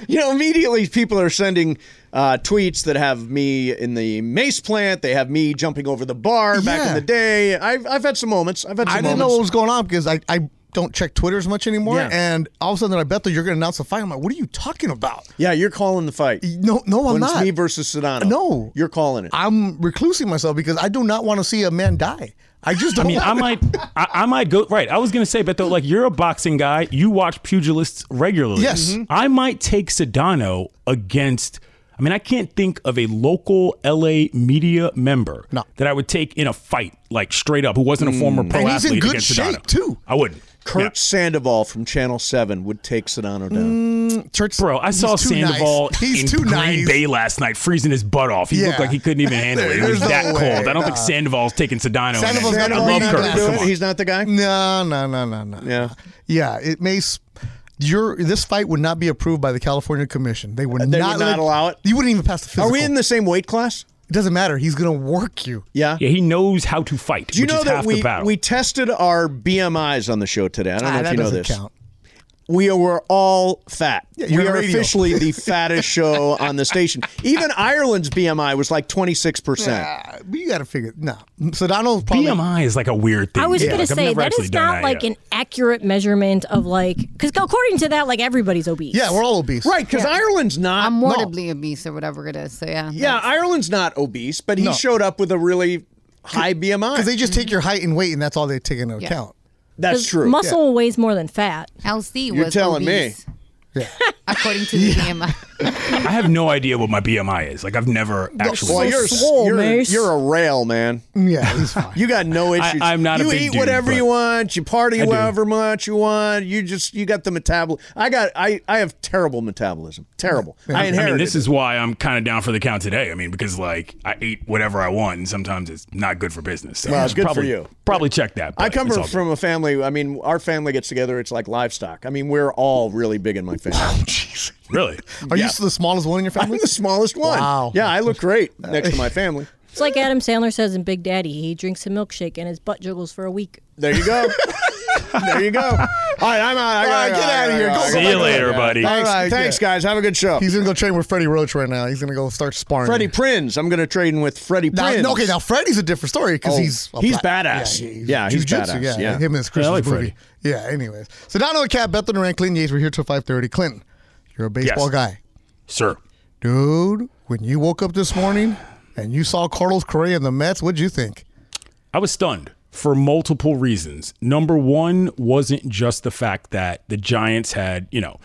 Speaker 1: know, immediately people are sending uh, tweets that have me in the mace plant. They have me jumping over the bar back in
Speaker 3: Yeah.
Speaker 1: the day. I've, I've had some moments. I've had some
Speaker 3: I
Speaker 1: moments.
Speaker 3: didn't know what was going on because I, I don't check Twitter as much anymore.
Speaker 1: Yeah.
Speaker 3: And all of a sudden, I bet that you're going to announce a fight. I'm like, what are you talking about?
Speaker 1: yeah, you're calling the fight.
Speaker 3: No, no, I'm
Speaker 1: when
Speaker 3: not.
Speaker 1: it's me versus Sedano.
Speaker 3: No.
Speaker 1: You're calling it.
Speaker 3: I'm reclusing myself because I do not want to see a man die. I just don't.
Speaker 2: I mean, I
Speaker 3: want-
Speaker 2: might, I, I might go right. I was gonna say, Beto, like you're a boxing guy, you watch pugilists regularly. Mm-hmm.
Speaker 3: Yes. Mhm.
Speaker 2: I might take Sedano against. I mean, I can't think of a local LA media member
Speaker 3: No. Mm.
Speaker 2: that I would take in a fight, like straight up, who wasn't a former pro
Speaker 3: And he's in
Speaker 2: athlete
Speaker 3: good
Speaker 2: against
Speaker 3: shape,
Speaker 2: Sedano.
Speaker 3: too.
Speaker 2: I wouldn't.
Speaker 1: Kurt Sandoval from Channel 7 would take Sedano
Speaker 3: Mm,
Speaker 1: down.
Speaker 3: Church,
Speaker 2: Bro, I saw
Speaker 3: too nice.
Speaker 2: Sandoval
Speaker 3: He's
Speaker 2: in
Speaker 3: too
Speaker 2: Green
Speaker 3: nice.
Speaker 2: Bay last night, freezing his butt off. He
Speaker 3: Yeah.
Speaker 2: looked like he couldn't even handle it. It
Speaker 3: There's
Speaker 2: was
Speaker 3: no
Speaker 2: that
Speaker 3: way.
Speaker 2: cold. I don't
Speaker 3: Nah.
Speaker 2: think Sandoval's taking Sedano. in.
Speaker 3: Sandoval's
Speaker 2: I
Speaker 3: not gonna
Speaker 2: love
Speaker 3: do
Speaker 2: Kurt.
Speaker 3: that.
Speaker 2: Come on.
Speaker 1: He's not the
Speaker 3: Mm.
Speaker 1: guy?
Speaker 3: No, no, no, no, no.
Speaker 1: Yeah.
Speaker 3: Yeah, it may. s- Your this fight would not be approved by the California Commission. They would
Speaker 1: They would not
Speaker 3: not let-
Speaker 1: allow it?
Speaker 3: You wouldn't even pass the physical.
Speaker 1: Are we in the same weight class?
Speaker 3: It doesn't matter. He's gonna work you.
Speaker 1: Yeah.
Speaker 2: Yeah, he knows how to fight.
Speaker 1: Do you
Speaker 2: which
Speaker 1: know
Speaker 2: is
Speaker 1: that
Speaker 2: half
Speaker 1: we,
Speaker 2: the battle.
Speaker 1: we tested our BMIs on the show today? I don't know
Speaker 3: Ah,
Speaker 1: if
Speaker 3: that
Speaker 1: you know
Speaker 3: doesn't
Speaker 1: this.
Speaker 3: count.
Speaker 1: We are we're all fat.
Speaker 3: you're
Speaker 1: we
Speaker 3: on
Speaker 1: are
Speaker 3: radio.
Speaker 1: officially the fattest show on the station. Even Ireland's BMI was like 26%.
Speaker 3: Uh, but you got to figure. No, Sedano's probably.
Speaker 2: BMI is like a weird thing.
Speaker 5: I was
Speaker 2: Yeah,
Speaker 5: gonna
Speaker 2: like, I've
Speaker 5: say
Speaker 2: never
Speaker 5: that
Speaker 2: actually
Speaker 5: is
Speaker 2: done
Speaker 5: not
Speaker 2: that
Speaker 5: like
Speaker 2: yet.
Speaker 5: an accurate measurement of like because according to that, like everybody's obese.
Speaker 3: Yeah, we're all obese.
Speaker 1: Right, because Ireland's not.
Speaker 6: I'm morbidly obese or whatever it is. So yeah.
Speaker 1: yeah, Ireland's not obese, but he
Speaker 3: No.
Speaker 1: showed up with a really high BMI.
Speaker 3: Because they just take your height and weight, and that's all they take into account.
Speaker 1: That's
Speaker 5: 'Cause
Speaker 1: true.
Speaker 5: Muscle weighs more than fat.
Speaker 6: LC
Speaker 1: You're
Speaker 6: was
Speaker 1: telling me.
Speaker 6: obese, according to the BMI.
Speaker 2: I have no idea what my BMI is. Like I've never actually.
Speaker 1: Well, you're,
Speaker 5: swole,
Speaker 1: you're,
Speaker 5: Mace.
Speaker 1: you're a rail, man.
Speaker 3: Yeah, he's fine.
Speaker 1: You got no issues.
Speaker 2: I'm not a
Speaker 1: You
Speaker 2: big
Speaker 1: eat
Speaker 2: dude,
Speaker 1: whatever
Speaker 2: but-
Speaker 1: you want. You party
Speaker 2: do.
Speaker 1: however much you want. You just you got the metabolism. I got I I have terrible metabolism. Terrible. I
Speaker 2: I
Speaker 1: inherited.
Speaker 2: mean, this
Speaker 1: it.
Speaker 2: is why I'm kind of down for the count today. I mean, because like I ate whatever I want, and sometimes it's not good for business. So
Speaker 1: Well,
Speaker 2: I
Speaker 1: it's
Speaker 2: should
Speaker 1: good for
Speaker 2: probably,
Speaker 1: you.
Speaker 2: Probably check that.
Speaker 1: I
Speaker 2: but
Speaker 1: come
Speaker 2: it's
Speaker 1: from,
Speaker 2: all good.
Speaker 1: from a family. I mean, our family gets together. It's like livestock. I mean, we're all really big in my family.
Speaker 3: Jeez.
Speaker 2: really.
Speaker 3: Are
Speaker 1: Yeah.
Speaker 3: you the smallest one in your
Speaker 1: I'm
Speaker 3: family?
Speaker 1: the smallest one.
Speaker 3: Wow.
Speaker 1: Yeah, I look great next to my family.
Speaker 5: It's like Adam Sandler says in Big Daddy. He drinks a milkshake and his butt jiggles for a week.
Speaker 1: There you go. there you go. All right, I'm out. I
Speaker 3: All
Speaker 1: gotta
Speaker 3: right,
Speaker 1: go.
Speaker 3: get
Speaker 1: I
Speaker 3: outta
Speaker 1: gotta
Speaker 3: here.
Speaker 1: go.
Speaker 3: Go
Speaker 1: I
Speaker 3: see
Speaker 1: gotta
Speaker 2: you
Speaker 1: go.
Speaker 2: later, buddy.
Speaker 1: Thanks,
Speaker 3: All right,
Speaker 1: thanks, guys. Have a good show.
Speaker 3: He's gonna go train with Freddie Roach right now. He's gonna go start sparring.
Speaker 1: Freddie Prinz. I'm going to trade in with Freddie
Speaker 3: Now,
Speaker 1: Prinz.
Speaker 3: okay, now Freddie's a different story because
Speaker 1: Oh,
Speaker 3: he's a
Speaker 1: he's
Speaker 3: black-
Speaker 1: badass.
Speaker 3: he's
Speaker 1: Yeah, he's
Speaker 3: jujitsu,
Speaker 1: badass,
Speaker 3: Yeah,
Speaker 1: yeah.
Speaker 3: him and his
Speaker 2: Yeah, I
Speaker 3: Christian
Speaker 2: like
Speaker 3: movie. Yeah. Anyways, so Donald Cat, Bethlehem, Duran, Clinton Yates. We're here till five thirty. Clinton, you're a baseball
Speaker 2: Yes.
Speaker 3: guy,
Speaker 2: Sir,
Speaker 3: dude. When you woke up this morning and you saw Carlos Correa and the Mets, what'd you think?
Speaker 2: I was stunned for multiple reasons. Number one wasn't just the fact that the Giants had, you know,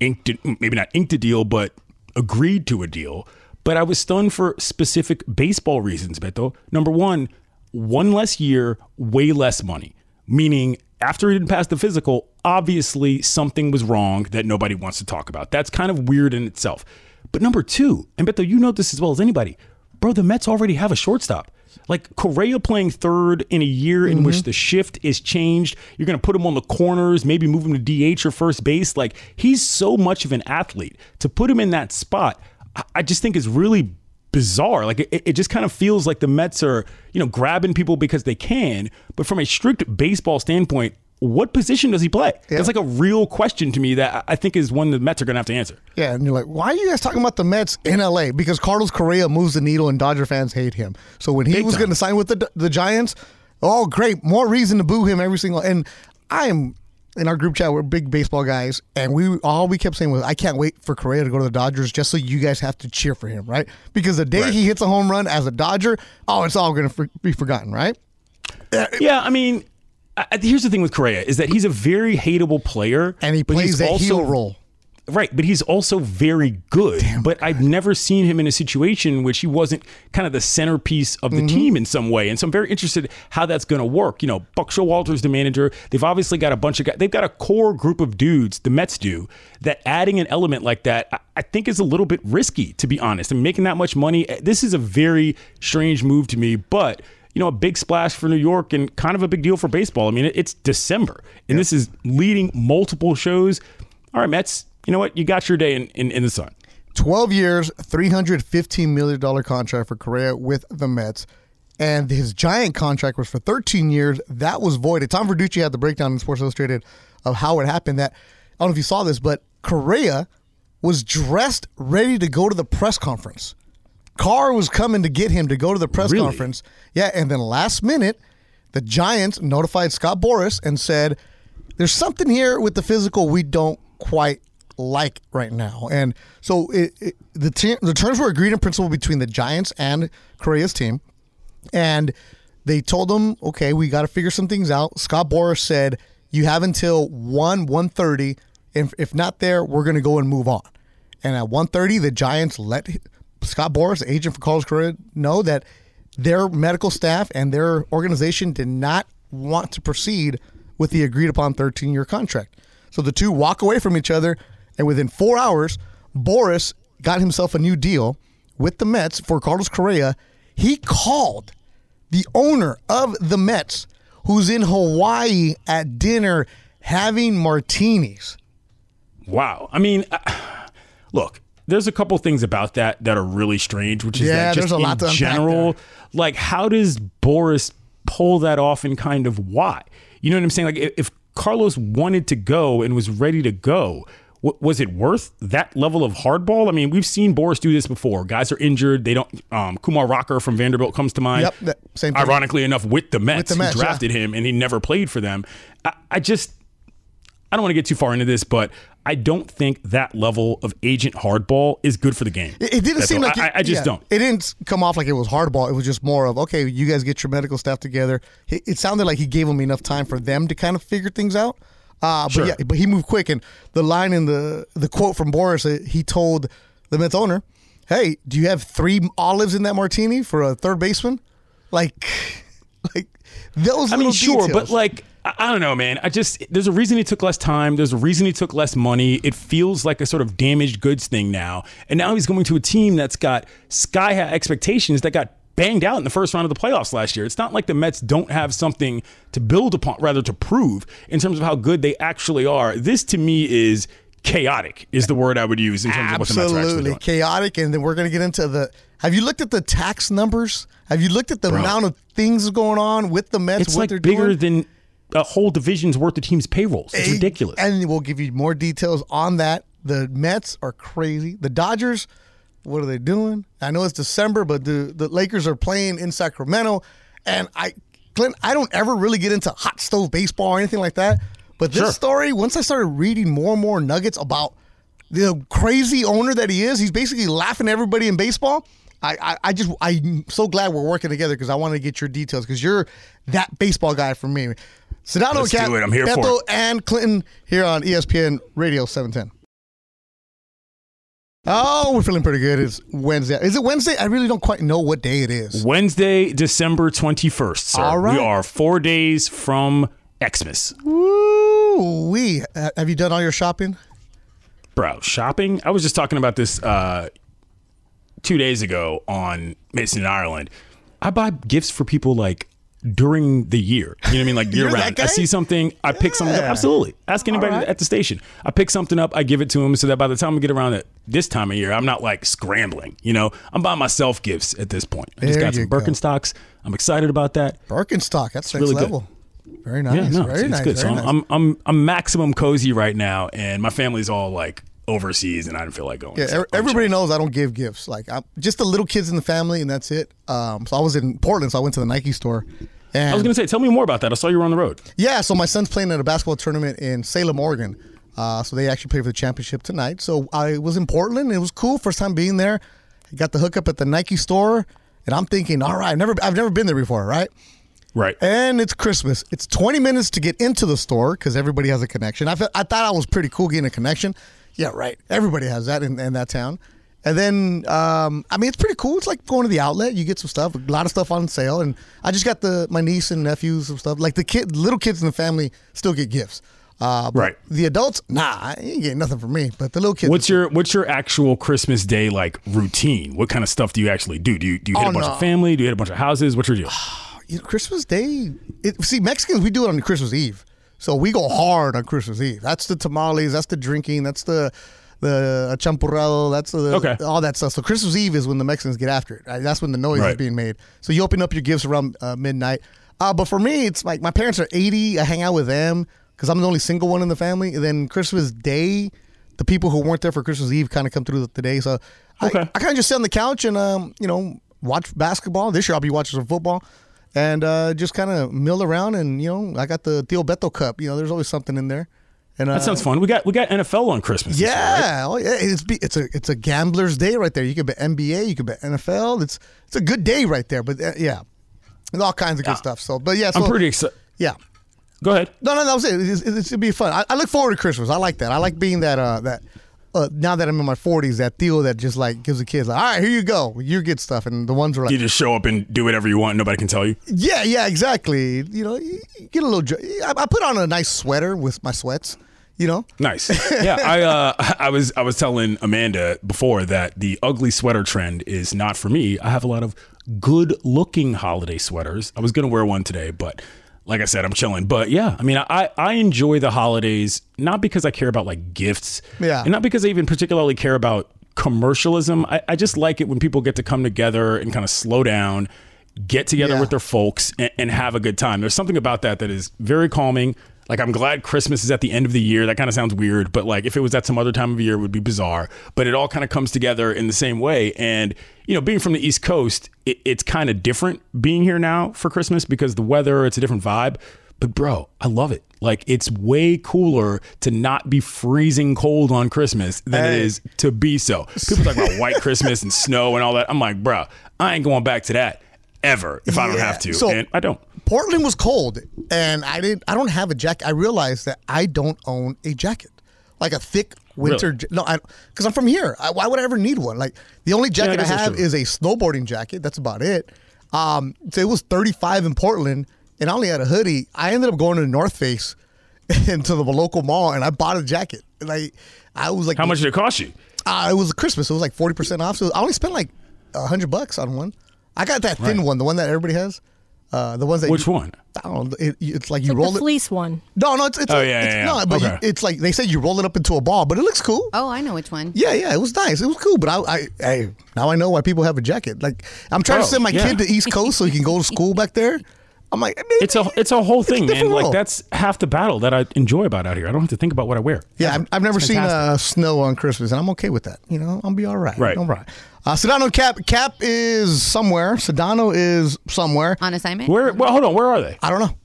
Speaker 2: inked maybe not inked a deal, but agreed to a deal. But I was stunned for specific baseball reasons, Beto. Number one, one less year, way less money. Meaning, after he didn't pass the physical, obviously something was wrong that nobody wants to talk about. That's kind of weird in itself. But number two, and Beto, you know this as well as anybody, bro, the Mets already have a shortstop. Like Correa playing third in a year in which the shift is changed. You're going to put him on the corners, maybe move him to DH or first base. Like he's so much of an athlete. To put him in that spot, I, I just think is really bizarre. Like it, it just kind of feels like the Mets are, you know, grabbing people because they can. But from a strict baseball standpoint, what position does he play? That's like a real question to me that I I think is one the Mets are going to have to answer.
Speaker 3: Yeah, and you're like, why are you guys talking about the Mets in LA? Because Carlos Correa moves the needle and Dodger fans hate him. So when he was going to sign with the the Giants, oh great, more reason to boo him every single. And I'm in our group chat. We're big baseball guys, and we all we kept saying was, I can't wait for Correa to go to the Dodgers, just so you guys have to cheer for him, right? Because the day he hits a home run as a Dodger, oh, it's all going to for- be forgotten, right?
Speaker 2: Yeah, I mean, I, I- here's the thing with Correa is that he's a very hateable player,
Speaker 3: And he
Speaker 2: but he's
Speaker 3: plays that
Speaker 2: also-
Speaker 3: heel role.
Speaker 2: Right, but he's also very good. but I've never seen him in a situation in which he wasn't kind of the centerpiece of the team in some way. And so I'm very interested how that's going to work. You know, Buck Showalter's the manager. They've obviously got a bunch of guys. They've got a core group of dudes, the Mets do, that adding an element like that, I, I think is a little bit risky, to be honest. And making that much money, eh, this is a very strange move to me. But you know, a big splash for New York and kind of a big deal for baseball. I mean, it- it's December, and this is leading multiple shows. All right, Mets, you know what? You got your day in, in, in the sun.
Speaker 3: 12 years, $315 million contract for Correa with the Mets. And his giant contract was for 13 years. That was voided. Tom Verducci had the breakdown in Sports Illustrated of how it happened. That I don't know if you saw this, but Correa was dressed, ready to go to the press conference. Carr was coming to get him to go to the press
Speaker 2: Really?
Speaker 3: conference. Yeah, and then last minute, the Giants notified Scott Boris and said, "There's something here with the physical we don't quite like right now." And so it, it, the ter- the terms were agreed in principle between the Giants and Korea's team, and they told them, "Okay, we got to figure some things out." Scott Boris said, "You have until one one thirty. If if not there, we're going to go and move on." And at 1.30, the Giants let Scott Boras, the agent for Carlos Correa, know that their medical staff and their organization did not want to proceed with the agreed upon 13 year contract. So the two walk away from each other, and within four hours, Boris got himself a new deal with the Mets for Carlos Correa. He called the owner of the Mets, who's in Hawaii at dinner having martinis.
Speaker 2: Wow. I mean, uh, look, there's a couple things about that that are really strange, which is
Speaker 3: Yeah,
Speaker 2: that just
Speaker 3: there's a lot
Speaker 2: in
Speaker 3: to unpack
Speaker 2: general, like how does Boris pull that off and kind of why? You know what I'm saying? Like if, if Carlos wanted to go and was ready to go, w- was it worth that level of hardball? I mean, we've seen Boris do this before. Guys are injured. They don't. Um, Kumar Rocker from Vanderbilt comes to mind.
Speaker 3: Yep, that- same thing.
Speaker 2: Ironically enough, with the Mets,
Speaker 3: the
Speaker 2: who
Speaker 3: Mets, yeah.
Speaker 2: drafted him, and he never played for them. I, I just I don't want to get too far into this, but I don't think that level of agent hardball is good for the game.
Speaker 3: It, it didn't
Speaker 2: That's
Speaker 3: seem
Speaker 2: all.
Speaker 3: like
Speaker 2: I,
Speaker 3: it-
Speaker 2: I just
Speaker 3: yeah.
Speaker 2: don't.
Speaker 3: It didn't come off like it was hardball. It was just more of okay, you guys get your medical staff together. It, it sounded like he gave them enough time for them to kind of figure things out. Uh,
Speaker 2: Sure.
Speaker 3: But yeah, but he moved quick, and the line in the the quote from Boris, uh, he told the Mets owner, "Hey, do you have three olives in that martini for a third baseman? Like, like those
Speaker 2: I
Speaker 3: little
Speaker 2: mean, sure,
Speaker 3: details.
Speaker 2: but like I, I don't know, man. I just there's a reason he took less time. There's a reason he took less money. It feels like a sort of damaged goods thing now. And now he's going to a team that's got sky high expectations that got banged out in the first round of the playoffs last year. It's not like the Mets don't have something to build upon, rather to prove in terms of how good they actually are. This to me is chaotic is the word I would use in terms of what the Mets are actually
Speaker 3: absolutely
Speaker 2: doing.
Speaker 3: chaotic and then we're going to get into the have you looked at the tax numbers have you looked at the amount of things going on with the mets
Speaker 2: it's
Speaker 3: what
Speaker 2: like
Speaker 3: they're
Speaker 2: bigger
Speaker 3: doing
Speaker 2: than a whole division's worth of teams' payrolls. It's ridiculous.
Speaker 3: and we'll give you more details on that the mets are crazy the dodgers what are they doing i know it's december but the, the lakers are playing in sacramento and i Glenn, i don't ever really get into hot stove baseball or anything like that but this
Speaker 2: Sure.
Speaker 3: story once i started reading more and more nuggets about the crazy owner that he is. He's basically laughing at everybody in baseball. I, I, I just I'm so glad we're working together because I want to get your details because you're that baseball guy for me. Sedano
Speaker 2: Let's
Speaker 3: Cat,
Speaker 2: do it. I'm here for
Speaker 3: Beto
Speaker 2: it.
Speaker 3: and Clinton here on E ESPN Radio 710. Oh, we're feeling pretty good. It's Wednesday. Is it Wednesday? I really don't quite know what day it is.
Speaker 2: Wednesday, December 21st, sir.
Speaker 3: All right.
Speaker 2: We are four days from Xmas.
Speaker 3: Woo wee! Have you done all your shopping?
Speaker 2: Bro, shopping? I was just talking about this uh, two days ago on Mason in Ireland. I buy gifts for people like during the year. You know what I mean? Like year
Speaker 3: You're that
Speaker 2: round. I
Speaker 3: guy?
Speaker 2: see something, I pick something up. Absolutely. Ask anybody at the station. I pick something up, I give it to them so that by the time we get around to this time of year, I'm not like scrambling. You know, I'm buying myself gifts at this point. I just
Speaker 3: There
Speaker 2: got some
Speaker 3: you go.
Speaker 2: Birkenstocks. I'm excited about that.
Speaker 3: Birkenstock. That's next
Speaker 2: really good.
Speaker 3: level. Very nice.
Speaker 2: Yeah, no,
Speaker 3: very
Speaker 2: it's, it's
Speaker 3: nice.
Speaker 2: good.
Speaker 3: very
Speaker 2: so I'm,
Speaker 3: nice.
Speaker 2: I'm I'm I'm maximum cozy right now, and my family's all like overseas, and I didn't feel like going.
Speaker 3: Yeah,
Speaker 2: so
Speaker 3: ev-
Speaker 2: I'm
Speaker 3: everybody knows I don't give gifts. Like I'm just the little kids in the family, and that's it. Um, so I was in Portland, so I went to the Nike store. And
Speaker 2: chill. I was gonna say, tell me more about that. I saw you were on the road.
Speaker 3: yeah, so my son's playing at a basketball tournament in Salem, Oregon. Uh, so they actually play for the championship tonight. So I was in Portland. It was cool. First time being there. I got the hookup at the Nike store, and I'm thinking, all right, I've never, I've never been there before, right?
Speaker 2: Right.
Speaker 3: And it's Christmas. It's 20 minutes to get into the store because everybody has a connection. I, fe- I thought I was pretty cool getting a connection. Yeah, right. Everybody has that in, in that town. And then, um, I mean, it's pretty cool. It's like going to the outlet. You get some stuff, a lot of stuff on sale. And I just got the my niece and nephews some stuff. Like the kid, little kids in the family still get gifts. Uh, but
Speaker 2: Right.
Speaker 3: The adults, nah, you ain't getting nothing from me. But the little kids.
Speaker 2: What's your What's your actual Christmas day like routine? What kind of stuff do you actually do? Do you Do you hit
Speaker 3: Oh,
Speaker 2: a bunch
Speaker 3: no.
Speaker 2: of family? Do you hit a bunch of houses? What's your deal?
Speaker 3: you know, Christmas Day. It, see, Mexicans we do it on Christmas Eve, so we go hard on Christmas Eve. That's the tamales. That's the drinking. That's the the champurrado. That's the
Speaker 2: Okay.
Speaker 3: all that stuff. So Christmas Eve is when the Mexicans get after it. Uh, That's when the noise is
Speaker 2: Right.
Speaker 3: being made. So you open up your gifts around uh, midnight. Uh, but for me, it's like my parents are 80. I hang out with them because I'm the only single one in the family. And then Christmas Day, the people who weren't there for Christmas Eve kind of come through the day. So I,
Speaker 2: Okay.
Speaker 3: I kind of just sit on the couch and um, you know, watch basketball. This year I'll be watching some football, and uh, just kind of mill around. And you know, I got the Theo Beto cup. You know, there's always something in there. And uh,
Speaker 2: That sounds fun. We got We got NFL on Christmas. this year, right?
Speaker 3: yeah, oh yeah, it's be- it's a it's a gambler's day right there. You could bet NBA, you could bet NFL. It's it's a good day right there. But uh, yeah, and all kinds of good stuff. So, but yeah, so,
Speaker 2: I'm pretty excited.
Speaker 3: yeah.
Speaker 2: Go ahead.
Speaker 3: No, no, that was it. It's, it's, it'd be fun. I, I look forward to Christmas. I like that. I like being that uh, that uh, now that I'm in my 40s, that deal that just like gives the kids, like, all right, here you go, you get stuff, and the ones who are
Speaker 2: You
Speaker 3: like,
Speaker 2: just show up and do whatever you want. Nobody can tell you.
Speaker 3: yeah, yeah, exactly. You know, you you get a little. jo- I, I put on a nice sweater with my sweats. You know,
Speaker 2: Nice. Yeah, I uh, I was I was telling Amanda before that the ugly sweater trend is not for me. I have a lot of good looking holiday sweaters. I was gonna wear one today, but like I said, I'm chilling. But yeah, I mean, I I enjoy the holidays not because I care about like gifts,
Speaker 3: Yeah.
Speaker 2: and not because I even particularly care about commercialism. I, I just like it when people get to come together and kind of slow down, get together
Speaker 3: Yeah.
Speaker 2: with their folks and, and have a good time. There's something about that that is very calming. Like I'm glad Christmas is at the end of the year. That kind of sounds weird, but like if it was at some other time of year, it would be bizarre. But it all kind of comes together in the same way. And you know, being from the East Coast, it, it's kind of different being here now for Christmas because the weather, it's a different vibe. But bro, I love it. Like it's way cooler to not be freezing cold on Christmas than it is to be so. People talk about white Christmas and snow and all that. I'm like, bro, I ain't going back to that ever if I don't
Speaker 3: Yeah.
Speaker 2: have to.
Speaker 3: So-
Speaker 2: and I don't.
Speaker 3: Portland was cold, and I didn't. I don't have a jacket. I realized that I don't own a jacket, like a thick winter.
Speaker 2: Really?
Speaker 3: ja- No, I because I'm from here. I, why would I ever need one? Like the only jacket I
Speaker 2: guess that's
Speaker 3: have
Speaker 2: true.
Speaker 3: is a snowboarding jacket. That's about it. Um, so it was 35 in Portland, and I only had a hoodie. I ended up going to the North Face and to the local mall, and I bought a jacket. Like I was like,
Speaker 2: How much did it cost you?
Speaker 3: Uh, it was Christmas. It was like 40 percent off. So I only spent like a hundred bucks on one. I got that thin one, the one that everybody has. Uh, the ones that
Speaker 2: Which
Speaker 3: you-
Speaker 2: one?
Speaker 3: I don't know. It, it's like you
Speaker 5: Like
Speaker 3: roll it.
Speaker 5: the fleece one.
Speaker 3: No, no, it's, it's
Speaker 2: Oh,
Speaker 3: like-
Speaker 2: yeah,
Speaker 3: it's,
Speaker 2: yeah, yeah.
Speaker 3: no, but you-
Speaker 2: Okay.
Speaker 3: it's like they said you roll it up into a ball, but it looks cool.
Speaker 6: Oh, I know which one.
Speaker 3: Yeah, yeah, it was nice. It was cool, but I, I, I now I know why people have a jacket. Like I'm trying to
Speaker 2: Oh,
Speaker 3: send my
Speaker 2: yeah.
Speaker 3: kid to East Coast so he can go to school back there. I'm like, maybe-
Speaker 2: It's a it's a whole
Speaker 3: It's a
Speaker 2: thing, man.
Speaker 3: different
Speaker 2: Like
Speaker 3: world.
Speaker 2: that's half the battle that I enjoy about out here. I don't have to think about what I wear.
Speaker 3: Yeah, I've, I've never
Speaker 2: It's
Speaker 3: seen
Speaker 2: fantastic.
Speaker 3: uh, snow on Christmas, and I'm okay with that. You know, I'll be all right.
Speaker 2: Right.
Speaker 3: all right. Uh, Sedano Cap Cap is somewhere. Sedano is somewhere.
Speaker 6: On assignment.
Speaker 2: Where? Well, hold on. Where are they?
Speaker 3: I don't know.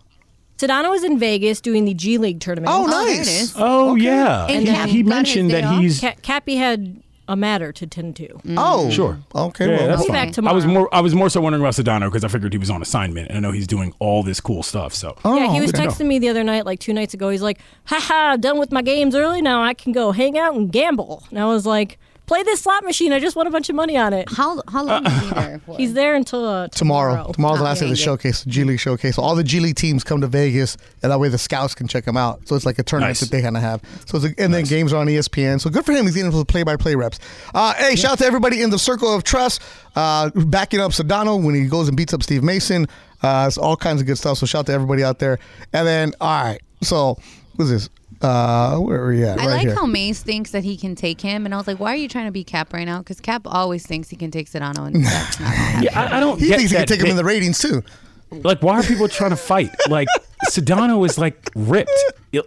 Speaker 5: Sedano is in Vegas doing the G League tournament.
Speaker 3: Oh,
Speaker 6: Oh,
Speaker 3: nice.
Speaker 6: there it is.
Speaker 2: Oh yeah,
Speaker 6: And
Speaker 2: he,
Speaker 6: Cap
Speaker 2: he
Speaker 6: got his
Speaker 2: mentioned
Speaker 6: day
Speaker 2: that
Speaker 6: off?
Speaker 2: he's.
Speaker 5: Ca- Cappy had a matter to tend to.
Speaker 3: Oh,
Speaker 2: Sure.
Speaker 3: Okay,
Speaker 2: Yeah,
Speaker 3: well,
Speaker 2: that's
Speaker 5: He's
Speaker 2: fine.
Speaker 5: back tomorrow.
Speaker 2: I was more I was more so wondering about Sedano because I figured he was on assignment and I know he's doing all this cool stuff. So
Speaker 3: Oh,
Speaker 5: yeah, he was
Speaker 2: we don't
Speaker 5: texting me the other night, like two nights ago. He's like, haha, done with my games early. Now I can go hang out and gamble. And I was like, play this slot machine. I just won a bunch of money on it.
Speaker 6: How how long is he there for?
Speaker 5: Uh-uh. He's there until uh,
Speaker 3: tomorrow. Tomorrow's the
Speaker 6: Oh,
Speaker 3: last day of the
Speaker 6: yeah, yeah.
Speaker 3: showcase, the G League showcase. So all the G League teams come to Vegas, and that way the scouts can check them out. So it's like a tournament
Speaker 2: Nice.
Speaker 3: that they kind of have. So it's a, and then games are on E ESPN. So good for him. He's getting those play-by-play reps. Uh, hey, shout out to everybody in the circle of trust, uh, backing up Sedano when he goes and beats up Steve Mason. Uh, it's all kinds of good stuff. So shout out to everybody out there. And then all right, so what's this? Uh, where are we at?
Speaker 6: I
Speaker 3: right
Speaker 6: like
Speaker 3: here.
Speaker 6: how Maze thinks that he can take him, and I was like, "Why are you trying to be Cap right now?" Because Cap always thinks he can take Sedano, and that's not gonna happen.
Speaker 2: Yeah, I, I don't
Speaker 3: he
Speaker 2: get
Speaker 3: thinks he
Speaker 2: that
Speaker 3: can take him
Speaker 2: bit.
Speaker 3: in the ratings too.
Speaker 2: Like, why are people trying to fight? Like, Sedano is like ripped.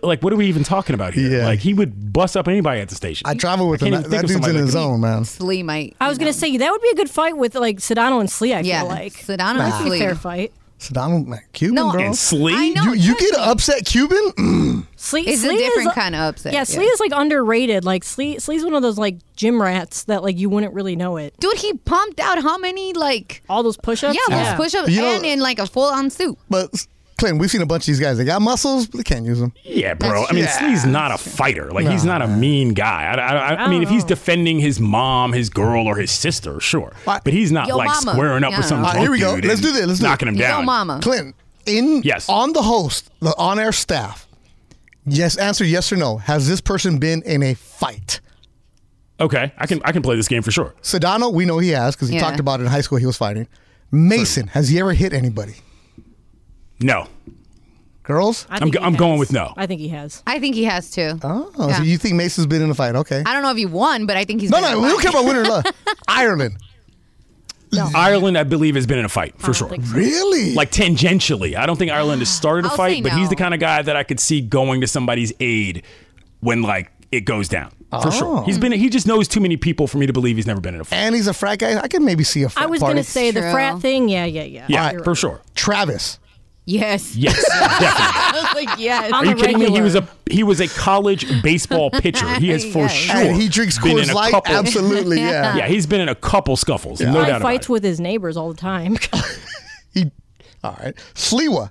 Speaker 2: Like, what are we even talking about here?
Speaker 3: Yeah.
Speaker 2: Like, he would bust up anybody at the station.
Speaker 3: I travel with
Speaker 2: I
Speaker 3: him.
Speaker 2: can't
Speaker 3: That,
Speaker 2: even think
Speaker 3: that
Speaker 2: of
Speaker 3: dude's in
Speaker 2: somebody
Speaker 3: his
Speaker 2: that
Speaker 3: zone, man.
Speaker 6: Slee might.
Speaker 5: I was
Speaker 6: you
Speaker 5: gonna say that would be a good fight with like Sedano and Slee. I
Speaker 6: know. yeah,
Speaker 5: feel like
Speaker 6: Sedano
Speaker 5: that'd
Speaker 6: and
Speaker 5: be a
Speaker 6: Slee.
Speaker 5: fair fight.
Speaker 3: Sedano, like, Cuban,
Speaker 6: No,
Speaker 3: bro.
Speaker 2: and Slee.
Speaker 6: I
Speaker 3: You,
Speaker 6: know.
Speaker 3: you
Speaker 6: trust
Speaker 3: get an
Speaker 6: me.
Speaker 3: upset Cuban? Mm.
Speaker 5: Slee
Speaker 6: It's a
Speaker 5: Slee
Speaker 6: different
Speaker 5: is,
Speaker 6: kind of upset,
Speaker 5: Yeah,
Speaker 6: yeah.
Speaker 5: Slee is like underrated. Like Slee, Slee's one of those like gym rats that like you wouldn't really know it.
Speaker 6: Dude, he pumped out how many like
Speaker 5: All those push-ups.
Speaker 6: yeah, those push ups
Speaker 3: You know-
Speaker 6: and in like a full on suit.
Speaker 3: But Clinton, we've seen a bunch of these guys. They got muscles, but they can't use them.
Speaker 2: yeah, bro.
Speaker 6: That's
Speaker 2: I mean,
Speaker 6: true.
Speaker 2: Slee's not a fighter. Like, he's not a mean guy. I, I, I, I mean, if he's defending his mom, his girl, or his sister, sure.
Speaker 3: Why-
Speaker 2: But he's not
Speaker 6: Yo
Speaker 2: like
Speaker 6: mama.
Speaker 2: squaring up
Speaker 6: Yeah,
Speaker 2: with some
Speaker 6: I know.
Speaker 2: drunk
Speaker 3: All right, here we go.
Speaker 2: dude
Speaker 3: Let's
Speaker 2: and
Speaker 3: do this. Let's do
Speaker 2: knocking him
Speaker 6: You
Speaker 2: down.
Speaker 6: go, mama.
Speaker 3: Clinton, in
Speaker 2: Yes.
Speaker 3: on the host, the on-air staff. Yes, answer yes or no. Has this person been in a fight?
Speaker 2: Okay, I can I can play this game for sure.
Speaker 3: Sedano, we know he has because he
Speaker 6: Yeah.
Speaker 3: talked about it in high school. He was fighting. Mason, has he ever hit anybody?
Speaker 2: No,
Speaker 3: Girls?
Speaker 5: I
Speaker 2: I'm
Speaker 5: think
Speaker 2: go-
Speaker 5: he
Speaker 2: I'm
Speaker 5: has.
Speaker 2: going with no.
Speaker 5: I think he has.
Speaker 6: I think he has too.
Speaker 3: Oh, so you think Mason's been in a fight? Okay.
Speaker 6: I don't know if he won, but I think he's
Speaker 3: No,
Speaker 6: been
Speaker 3: no,
Speaker 6: in
Speaker 3: we
Speaker 6: a
Speaker 3: don't
Speaker 6: fight.
Speaker 3: care about winner or loss. Ireland.
Speaker 2: Ireland, I believe, has been in a fight for sure.
Speaker 3: Really?
Speaker 2: like tangentially. I don't think Ireland has started a
Speaker 6: I'll say
Speaker 2: fight, but he's the
Speaker 6: no.
Speaker 2: kind of guy that I could see going to somebody's aid when like it goes down for sure.
Speaker 3: Oh.
Speaker 2: He's been he just knows too many people for me to believe he's never been in a fight.
Speaker 3: and he's a frat guy. I can maybe see a frat
Speaker 5: I was
Speaker 3: party.
Speaker 5: gonna say the
Speaker 6: True.
Speaker 5: frat thing. Yeah, yeah, yeah.
Speaker 2: Yeah,
Speaker 5: You're
Speaker 2: for
Speaker 5: right.
Speaker 2: sure.
Speaker 3: Travis.
Speaker 6: Yes.
Speaker 2: Yes, definitely.
Speaker 6: I was like, yes.
Speaker 5: On
Speaker 2: Are you
Speaker 5: the
Speaker 2: kidding me? He
Speaker 5: regular.
Speaker 2: was a he was a college baseball pitcher. He has for
Speaker 6: Yes.
Speaker 2: sure.
Speaker 3: And he drinks
Speaker 2: been in
Speaker 3: Coors
Speaker 2: a
Speaker 3: Light.
Speaker 2: couple-
Speaker 3: Absolutely, yeah.
Speaker 2: Yeah, he's been in a couple scuffles. No
Speaker 5: Probably
Speaker 2: doubt about
Speaker 5: fights
Speaker 2: it.
Speaker 5: with his neighbors all the time.
Speaker 3: He, all right. Sliwa.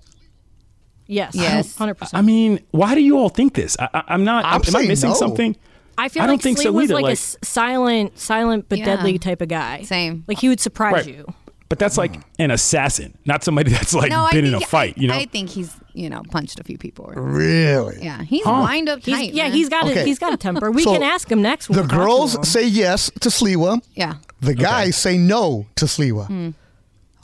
Speaker 5: yes.
Speaker 6: Yes.
Speaker 5: Hundred percent.
Speaker 2: I mean, why do you all think this? I, I, I'm not.
Speaker 3: I'm
Speaker 2: am I
Speaker 3: saying
Speaker 2: missing
Speaker 3: no.
Speaker 2: something?
Speaker 5: I feel
Speaker 2: I
Speaker 5: like
Speaker 2: don't think
Speaker 5: Slee
Speaker 2: so
Speaker 5: was
Speaker 2: either,
Speaker 5: like, a
Speaker 2: like-
Speaker 5: s- silent, silent but
Speaker 6: Yeah.
Speaker 5: deadly type of guy.
Speaker 6: Same.
Speaker 5: Like he would surprise
Speaker 2: Right.
Speaker 5: you.
Speaker 2: But that's
Speaker 3: Mm.
Speaker 2: like an assassin, not somebody that's like
Speaker 6: No, I
Speaker 2: been
Speaker 6: think,
Speaker 2: in a fight. you know,
Speaker 6: I think he's you know punched a few people. Or,
Speaker 3: Really?
Speaker 6: yeah, he's wind up
Speaker 5: He's,
Speaker 6: tight.
Speaker 5: yeah,
Speaker 6: man.
Speaker 5: he's got a
Speaker 3: Okay.
Speaker 5: he's got a temper. We
Speaker 3: So,
Speaker 5: can ask him next. when
Speaker 3: The
Speaker 5: we talk to him.
Speaker 3: girls say yes to Sliwa.
Speaker 6: yeah.
Speaker 3: The guys say no to Sliwa.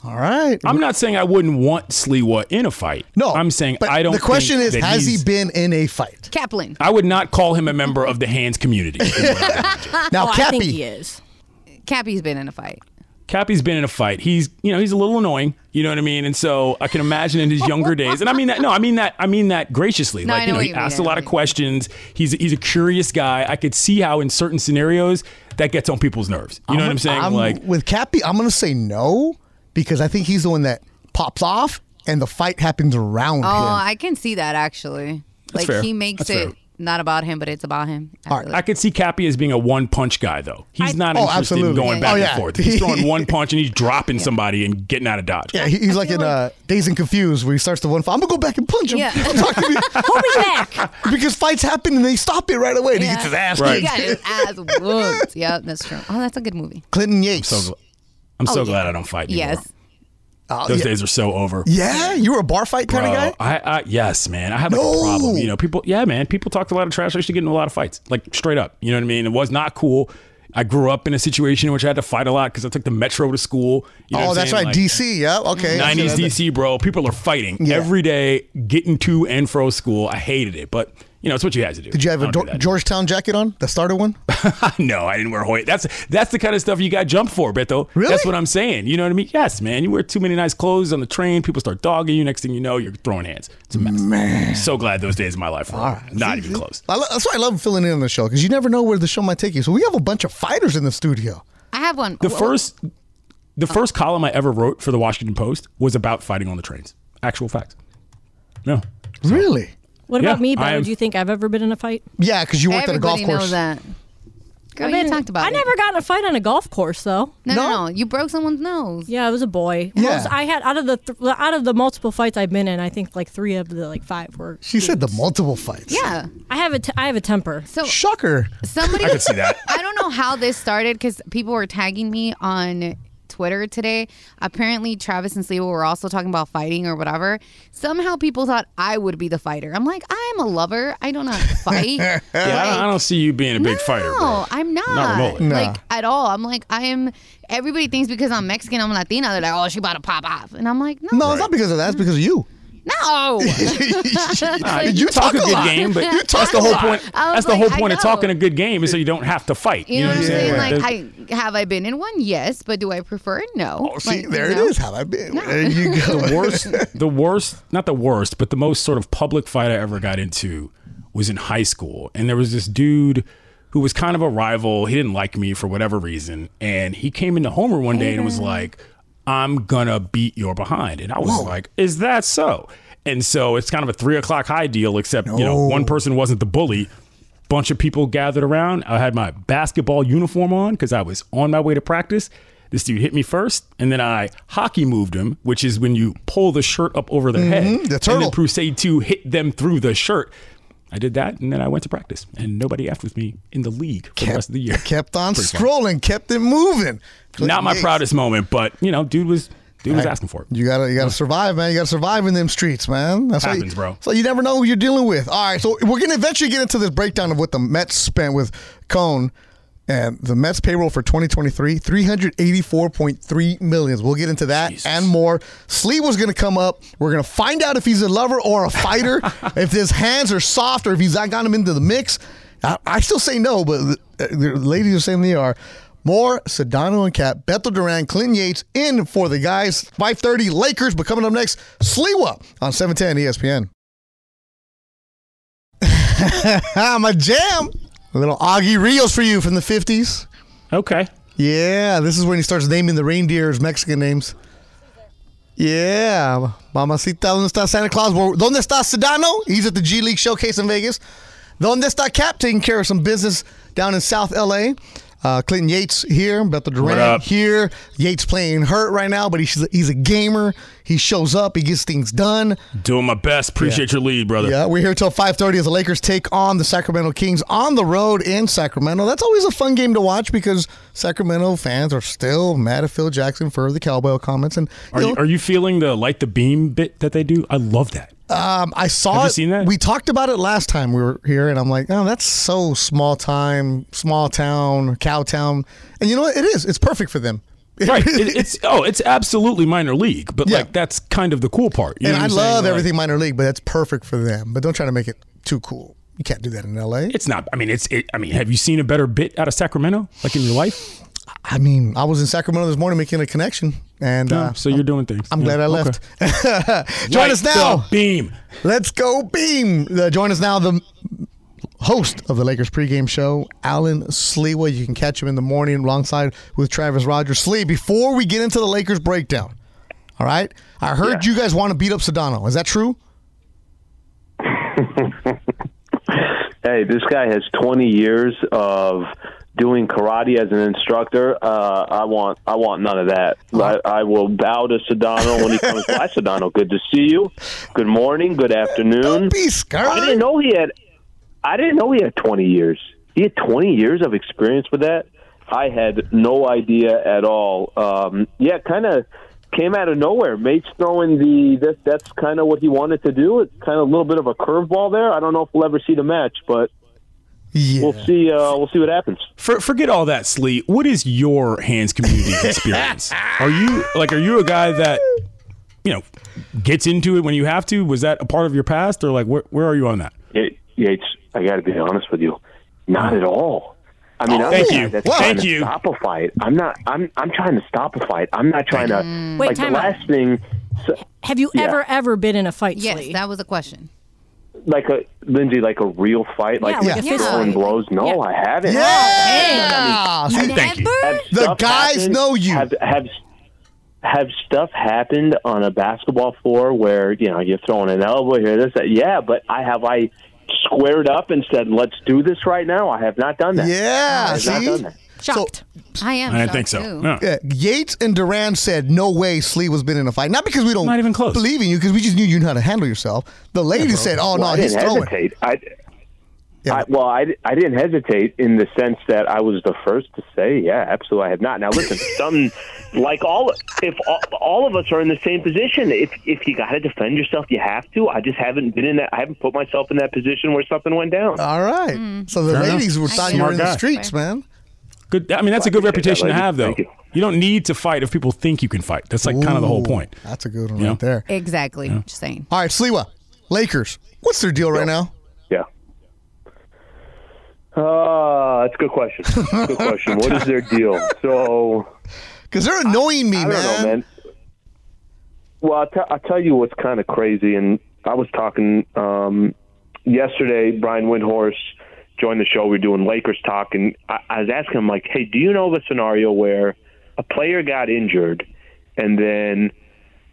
Speaker 3: All right.
Speaker 2: I'm not saying I wouldn't want Sliwa in a fight.
Speaker 3: no,
Speaker 2: I'm saying
Speaker 3: but
Speaker 2: I don't.
Speaker 3: The question
Speaker 2: think
Speaker 3: is,
Speaker 2: that
Speaker 3: has he
Speaker 2: he's-
Speaker 3: been in a fight?
Speaker 6: Kaplan.
Speaker 2: I would not call him a member of the hands community. is what I would do.
Speaker 3: Now,
Speaker 5: Oh, I think he
Speaker 3: Cappy,
Speaker 5: is.
Speaker 6: Cappy's been in a fight.
Speaker 2: Cappy's been in a fight. He's you know he's a little annoying. You know what I mean. And so I can imagine in his younger days. And I mean that. No, I mean that. I mean that graciously.
Speaker 6: No, I
Speaker 2: like you
Speaker 6: know
Speaker 2: know,
Speaker 6: what
Speaker 2: he
Speaker 6: you mean.
Speaker 2: asks
Speaker 6: I
Speaker 2: a
Speaker 6: know
Speaker 2: lot
Speaker 6: what
Speaker 2: of
Speaker 6: you mean.
Speaker 2: questions. He's he's a curious guy. I could see how in certain scenarios that gets on people's nerves. You know what I'm saying? like
Speaker 3: with Cappy, I'm gonna say no because I think he's the one that pops off and the fight happens around
Speaker 6: Oh,
Speaker 3: him.
Speaker 6: I can see that actually. like
Speaker 2: fair.
Speaker 6: he makes
Speaker 2: That's
Speaker 6: it
Speaker 2: fair.
Speaker 6: not about him, but it's about him. I feel
Speaker 2: I
Speaker 6: like.
Speaker 2: could see Cappy as being a one punch guy, though. He's not
Speaker 3: Oh,
Speaker 2: interested in
Speaker 3: absolutely.
Speaker 2: going
Speaker 6: Yeah,
Speaker 2: back
Speaker 3: yeah.
Speaker 2: and
Speaker 3: Oh,
Speaker 2: forth.
Speaker 3: yeah.
Speaker 2: He's throwing one punch and he's dropping somebody and getting out of dodge.
Speaker 3: Yeah, he- he's like in uh, Days and Confused where he starts to one fight. I'm gonna go back and punch him.
Speaker 6: Yeah.
Speaker 3: I'm talking to you.
Speaker 5: Hold me back.
Speaker 3: because fights happen and they stop it right away. And He gets his ass
Speaker 2: Right.
Speaker 6: He
Speaker 3: kicked.
Speaker 6: got his ass whooped. yep, that's true. Oh, that's a good movie.
Speaker 3: Clinton Yates.
Speaker 2: So gl- I'm so
Speaker 6: yeah.
Speaker 2: glad I don't fight anymore.
Speaker 6: Yes.
Speaker 3: Oh,
Speaker 2: Those
Speaker 3: yeah.
Speaker 2: days are so over.
Speaker 3: Yeah, you were a bar fight kind
Speaker 2: Bro,
Speaker 3: of guy.
Speaker 2: I, I yes, man. I had like
Speaker 3: No.
Speaker 2: a problem. You know, people. Yeah, man. People talked a lot of trash. I used to get into a lot of fights, like straight up. You know what I mean? It was not cool. I grew up in a situation in which I had to fight a lot because I took the metro to school. You know what
Speaker 3: oh,
Speaker 2: I'm
Speaker 3: that's
Speaker 2: saying?
Speaker 3: right,
Speaker 2: Like,
Speaker 3: DC. Yeah, okay.
Speaker 2: 90s DC, bro. People are fighting
Speaker 3: Yeah.
Speaker 2: every day, getting to and fro school. I hated it, but you know, it's what you had to do.
Speaker 3: Did you have
Speaker 2: I
Speaker 3: a
Speaker 2: don't do
Speaker 3: Dor-
Speaker 2: that.
Speaker 3: Georgetown jacket on? The starter one?
Speaker 2: no, I didn't wear Hoyt. That's that's the kind of stuff you got jumped for, Beto.
Speaker 3: Really?
Speaker 2: That's what I'm saying. You know what I mean? Yes, man. You wear too many nice clothes on the train. People start dogging you. Next thing you know, you're throwing hands. It's a mess. Man. So glad those days of my life were over. not even close.
Speaker 3: I lo- that's why I love filling in on the show because you never know where the show might take you. So we have a bunch of fighters in the studio.
Speaker 6: I have one.
Speaker 2: The first the first column I ever wrote for the Washington Post was about fighting on the trains. Actual facts. No.
Speaker 3: Really?
Speaker 5: What
Speaker 2: Yeah,
Speaker 5: about me,
Speaker 2: I
Speaker 5: Bo?
Speaker 2: am-
Speaker 5: Do you think I've ever been in a fight?
Speaker 3: Yeah, because you worked at a golf
Speaker 6: Everybody
Speaker 3: course.
Speaker 6: knows that. Girl,
Speaker 5: I've
Speaker 6: you
Speaker 5: been-
Speaker 6: talked about
Speaker 5: I
Speaker 6: it.
Speaker 5: never got in a fight on a golf course though.
Speaker 6: No, no,
Speaker 3: No?
Speaker 6: no. You broke someone's nose.
Speaker 5: Yeah, I was a boy.
Speaker 3: Yeah.
Speaker 5: Most, I had out of the th- out of the multiple fights I've been in, I think like three of the like five were.
Speaker 3: She said the
Speaker 5: dudes.
Speaker 3: multiple fights.
Speaker 6: Yeah.
Speaker 5: I have a t- I have a temper.
Speaker 6: So
Speaker 3: Shocker.
Speaker 6: somebody
Speaker 2: I could see that.
Speaker 6: I don't know how this started because people were tagging me on Twitter today. Apparently, Travis and Sliwa were also talking about fighting or whatever. Somehow, people thought I would be the fighter. I'm like, I'm a lover. I do not fight. yeah,
Speaker 2: Yeah, I don't, I don't see you being a big fighter, bro.
Speaker 6: No, I'm not.
Speaker 2: remotely.
Speaker 6: Like at all. I'm like, I am. Everybody thinks because I'm Mexican, I'm Latina. They're like, oh, she about to pop off, and I'm like, no,
Speaker 3: No, it's not because of that. It's because of you.
Speaker 6: no.
Speaker 2: Nah,
Speaker 3: You talk a
Speaker 2: good
Speaker 3: lot.
Speaker 2: game, but
Speaker 3: You talk
Speaker 2: that's the
Speaker 3: a
Speaker 2: whole
Speaker 3: lot.
Speaker 2: point.
Speaker 6: I was
Speaker 2: That's the whole
Speaker 6: like, I
Speaker 2: point of
Speaker 6: know.
Speaker 2: talking a good game is so you don't have to fight.
Speaker 6: You know what I'm saying?
Speaker 2: There's-
Speaker 6: Like, I have I been in one? Yes, but do I prefer? No.
Speaker 3: Oh, see,
Speaker 6: Like,
Speaker 3: there
Speaker 6: you
Speaker 3: it
Speaker 6: know?
Speaker 3: is. How I been? There you go.
Speaker 2: the worst, the worst, not the worst, but the most sort of public fight I ever got into was in high school. And there was this dude who was kind of a rival. He didn't like me for whatever reason. And he came into Homer one day and was like, I'm gonna beat your behind. And I was like, Is that so? And so it's kind of a three o'clock high deal, except, you know, one person wasn't the bully. Bunch of people gathered around. I had my basketball uniform on because I was on my way to practice. This dude hit me first, and then I hockey moved him, which is when you pull the shirt up over their head.
Speaker 3: Mm-hmm, the
Speaker 2: And
Speaker 3: turtle.
Speaker 2: then Crusade 2 hit them through the shirt. I did that, and then I went to practice, and nobody effed with me in the league for the rest of the year.
Speaker 3: Kept on scrolling. Kept it moving.
Speaker 2: Not my
Speaker 3: Yates.
Speaker 2: proudest moment, but you know, dude was dude was asking for it.
Speaker 3: You gotta, you gotta survive, man. You gotta survive in them streets, man. That's how
Speaker 2: Happens,
Speaker 3: you,
Speaker 2: bro.
Speaker 3: So you never know who you're dealing with. All right, so we're gonna eventually get into this breakdown of what the Mets spent with Cone and the Mets payroll for 2023, 384.3 millions. We'll get into that and more. Slee was gonna come up. We're gonna find out if he's a lover or a fighter, if his hands are soft or if he's not got him into the mix. I, I still say no, but the, uh, the ladies are saying they are. More Sedano and Cap, Bethel Duran, Clint Yates in for the guys. 5:30 Lakers, but coming up next, Sliwa on E 710 ESPN. I'm a Ah, jam. A little Augie Rios for you from the 50s.
Speaker 2: Okay.
Speaker 3: Yeah, this is when he starts naming the reindeers Mexican names. Yeah, Mamacita, ¿dónde está Santa Claus? Well, ¿Dónde está Sedano? He's at the G League Showcase in Vegas. ¿Dónde está Cap? Taking care of some business down in South LA. Uh, Clinton Yates here, Bethel
Speaker 2: What
Speaker 3: Durant
Speaker 2: up?
Speaker 3: here. Yates playing hurt right now, but he's, he's a gamer. He shows up. He gets things done.
Speaker 2: Doing my best. Appreciate your lead, brother.
Speaker 3: Yeah, we're here till 5:30 as the Lakers take on the Sacramento Kings on the road in Sacramento. That's always a fun game to watch because Sacramento fans are still mad at Phil Jackson for the cowbell comments. And you
Speaker 2: Are you,
Speaker 3: know,
Speaker 2: are you feeling the light the beam bit that they do? I love that.
Speaker 3: um, I saw
Speaker 2: Have you
Speaker 3: it.
Speaker 2: seen that?
Speaker 3: We talked about it last time we were here, and I'm like, oh, that's so small time, small town, cow town. And you know what? It is. It's perfect for them.
Speaker 2: right. It, it's oh, it's absolutely minor league, but
Speaker 3: Yeah.
Speaker 2: like that's kind of the cool part. You
Speaker 3: and
Speaker 2: know what
Speaker 3: I
Speaker 2: I'm saying?
Speaker 3: love
Speaker 2: Like,
Speaker 3: everything minor league, but that's perfect for them. But don't try to make it too cool. You can't do that in LA.
Speaker 2: It's not. I mean, it's. It, I mean, have you seen a better bit out of Sacramento, like in your life?
Speaker 3: I mean, I was in Sacramento this morning making a connection, and uh,
Speaker 2: so you're doing things.
Speaker 3: I'm
Speaker 2: Yeah,
Speaker 3: glad I
Speaker 2: okay.
Speaker 3: left. join
Speaker 2: Light
Speaker 3: us now.
Speaker 2: the beam.
Speaker 3: Let's go, Beam. Uh, join us now, the host of the Lakers pregame show, Alan Slewa. You can catch him in the morning alongside with Travis Rogers. Slee, before we get into the Lakers breakdown, all right? I heard you guys want to beat up Sedano. Is that
Speaker 7: Mm-hmm.
Speaker 3: true?
Speaker 7: Hey, this guy has 20 years of doing karate as an instructor. Uh, I want, I want none of that. I, I will bow to Sedano when he comes by. Sedano, good to see you. Good morning. Good afternoon.
Speaker 3: Don't be
Speaker 7: I didn't
Speaker 3: scared.
Speaker 7: know he had. I didn't know he had 20 years. He had 20 years of experience with that. I had no idea at all. Um, yeah, kind of came out of nowhere. Mates throwing the that, that's kind of what he wanted to do. It's kind of a little bit of a curveball there. I don't know if we'll ever see the match, but
Speaker 3: Yeah.
Speaker 7: we'll see. Uh, we'll see what happens.
Speaker 2: For, forget all that, Slee. What is your hands community experience? Are you like? Are you a guy that you know gets into it when you have to? Was that a part of your past, or like where where are you on that?
Speaker 7: It, Yates, I got to be honest with you, not at all. I mean, I'm
Speaker 2: Thank
Speaker 7: the guy
Speaker 2: you.
Speaker 7: That's
Speaker 2: Wow.
Speaker 7: trying
Speaker 2: Thank
Speaker 7: to
Speaker 2: you.
Speaker 7: Stop a fight. I'm not. I'm. I'm trying to stop a fight. I'm not trying to.
Speaker 5: Mm. Wait,
Speaker 7: like the
Speaker 5: time out.
Speaker 7: last thing. So,
Speaker 5: Have you
Speaker 7: Yeah.
Speaker 5: ever ever been in a fight?
Speaker 6: Yes,
Speaker 5: Slee?
Speaker 6: that was a question.
Speaker 7: like a Lindsay, like a real fight, like
Speaker 5: Yeah, like
Speaker 3: a
Speaker 5: fist
Speaker 7: throwing
Speaker 5: fight.
Speaker 7: blows. No,
Speaker 5: Yeah.
Speaker 7: I haven't.
Speaker 3: Yeah. See,
Speaker 2: Thank you.
Speaker 7: Have
Speaker 3: The
Speaker 7: stuff
Speaker 3: guys
Speaker 7: happened-
Speaker 3: know you.
Speaker 7: Have, have have stuff happened on a basketball floor where you know you're throwing an elbow here, this, that. Yeah, but I have I squared up and said, "Let's do this right now." I have not done that.
Speaker 3: yeah.
Speaker 7: I've not
Speaker 3: See?
Speaker 7: done that.
Speaker 5: Shocked.
Speaker 6: I am.
Speaker 2: I didn't
Speaker 6: shocked,
Speaker 2: think so.
Speaker 6: too.
Speaker 2: No.
Speaker 3: Yeah, Yates and Duran said no way Slee was been in a fight. Not because we don't
Speaker 2: Not even close.
Speaker 3: believe in you, because we just knew you knew how to handle yourself. The lady said, "Oh
Speaker 7: Well, I
Speaker 3: no, he's
Speaker 7: didn't
Speaker 3: throwing."
Speaker 7: hesitate. I,
Speaker 3: Yeah.
Speaker 7: I, well, I, I didn't hesitate in the sense that I was the first to say, yeah, absolutely, I have not. Now, listen, some like all if all, all of us are in the same position, if if you got to defend yourself, you have to. I just haven't been in that. I haven't put myself in that position where something went down.
Speaker 3: All right. So the
Speaker 2: Fair enough.
Speaker 3: ladies were
Speaker 6: Hmm. I
Speaker 3: thought
Speaker 6: see.
Speaker 3: you were in the
Speaker 2: Smart guy.
Speaker 3: streets, man.
Speaker 2: Good. I mean, that's a good
Speaker 7: appreciate
Speaker 2: reputation
Speaker 7: that,
Speaker 2: to
Speaker 7: lady.
Speaker 2: have, though.
Speaker 7: Thank you.
Speaker 2: you don't need to fight if people think you can fight. That's like kind of the whole
Speaker 3: Ooh,
Speaker 2: point.
Speaker 3: That's a good one
Speaker 2: Yeah.
Speaker 3: right there.
Speaker 6: Exactly. Just saying.
Speaker 3: All right, Sliwa, Lakers. What's their deal right now?
Speaker 7: Yeah. Uh, that's a good question. Good question. What is their deal? So
Speaker 3: Because they're annoying me,
Speaker 7: I don't know, man. Well, I'll, t- I'll tell you what's kind of crazy, and I was talking um, yesterday. Brian Windhorse joined the show. We were doing Lakers talk, and I-, I was asking him like, "Hey, do you know of a scenario where a player got injured, and then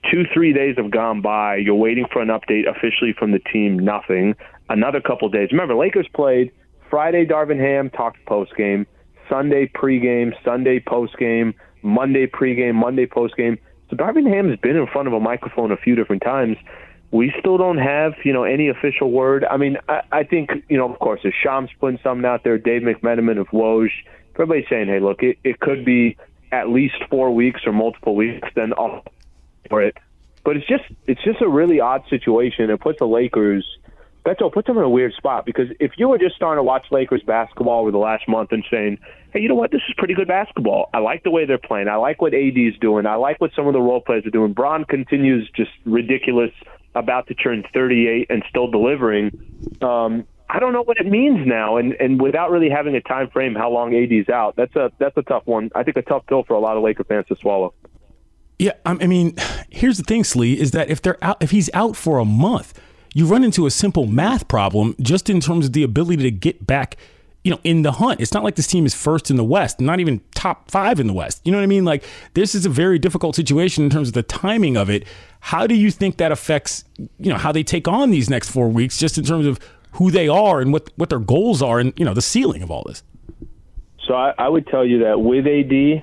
Speaker 7: two, three days have gone by, you're waiting for an update officially from the team, nothing. Another couple days. Remember, Lakers played Friday, Darvin Ham talked post game, Sunday pregame, Sunday post game, Monday pregame, Monday post game. So Darvin Ham's been in front of a microphone a few different times. We still don't have, you know, any official word. I mean, I, I think, you know, of course, if Shams putting something out there, Dave McMenamin of Woj, everybody's saying, hey, look, it, it could be at least four weeks or multiple weeks. Then all for it. But it's just it's just a really odd situation. It puts the Lakers, Beto, it puts them in a weird spot because if you were just starting to watch Lakers basketball over the last month and saying, hey, you know what, this is pretty good basketball. I like the way they're playing. I like what AD is doing. I like what some of the role players are doing. Braun continues just ridiculous, about to turn 38 and still delivering. Um, I don't know what it means now, and, and without really having a time frame how long AD's out, that's a that's a tough one. I think a tough pill for a lot of Laker fans to swallow.
Speaker 2: Yeah, I'm- I mean, here's the thing, Slee, is that if they're out, if he's out for a month, you run into a simple math problem just in terms of the ability to get back, you know, in the hunt. It's not like this team is first in the West, not even top five in the West. You know what I mean? Like this is a very difficult situation in terms of the timing of it. How do you think that affects, you know, how they take on these next four weeks, just in terms of who they are and what what their goals are, and you know, the ceiling of all this?
Speaker 7: So I, I would tell you that with AD,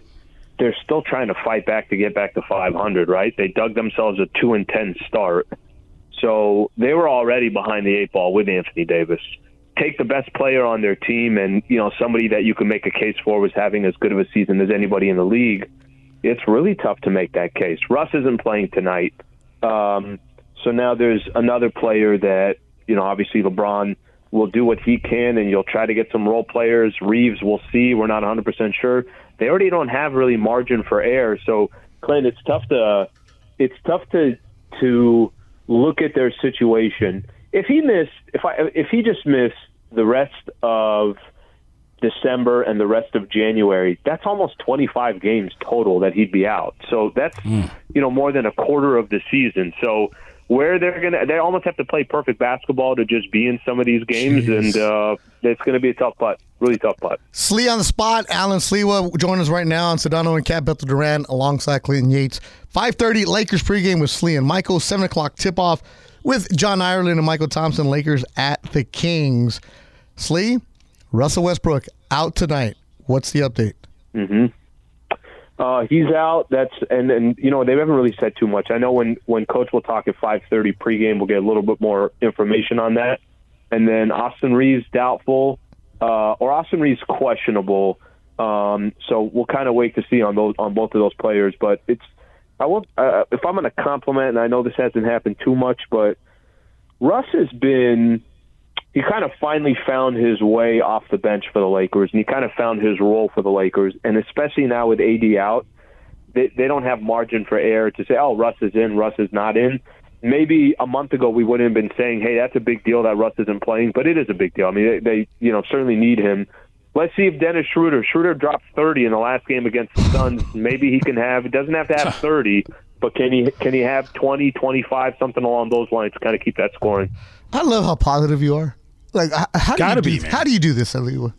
Speaker 7: they're still trying to fight back to get back to 500, right? They dug themselves a 2 and 10 start. So they were already behind the eight ball with Anthony Davis. Take the best player on their team and, you know, somebody that you can make a case for was having as good of a season as anybody in the league. It's really tough to make that case. Russ isn't playing tonight. Um, so now there's another player that, you know, obviously LeBron will do what he can and you'll try to get some role players. Reeves, we'll see. We're not 100% sure. They already don't have really margin for error. So, Clint, it's tough to it's tough to to look at their situation. If he missed, if I if he just missed the rest of December and the rest of January, that's almost 25 games total that he'd be out. So that's you know more than a quarter of the season. So where they're gonna, they almost have to play perfect basketball to just be in some of these games, and uh, it's going to be a tough putt, really tough putt.
Speaker 3: Slee on the spot. Alan Sleewa join us right now on Sedano and Cat Bethel Duran alongside Clinton Yates. 5.30 Lakers pregame with Slee and Michael. 7 o'clock tip-off with John Ireland and Michael Thompson. Lakers at the Kings. Slee, Russell Westbrook out tonight. What's the update?
Speaker 7: Uh, he's out. That's and and you know they haven't really said too much. I know when when coach will talk at five thirty pregame, we'll get a little bit more information on that. And then Austin Reeves doubtful, uh, or Austin Reeves questionable. Um, so we'll kind of wait to see on those on both of those players. But it's I will uh, if I'm going to compliment, and I know this hasn't happened too much, but Russ has been he kind of finally found his way off the bench for the Lakers, and he kind of found his role for the Lakers, and especially now with AD out, they, they don't have margin for error to say, oh, Russ is in, Russ is not in. Maybe a month ago we wouldn't have been saying, hey, that's a big deal that Russ isn't playing, but it is a big deal. I mean, they, they you know certainly need him. Let's see if Dennis Schroeder. Schroeder dropped 30 in the last game against the Suns. Maybe he can have. He doesn't have to have 30, but can he can he have 20, 25, something along those lines to kind of keep that scoring?
Speaker 3: I love how positive you are. Like, h- how do
Speaker 2: Gotta
Speaker 3: you do,
Speaker 2: be, man.
Speaker 3: How do you do this, Aliwa?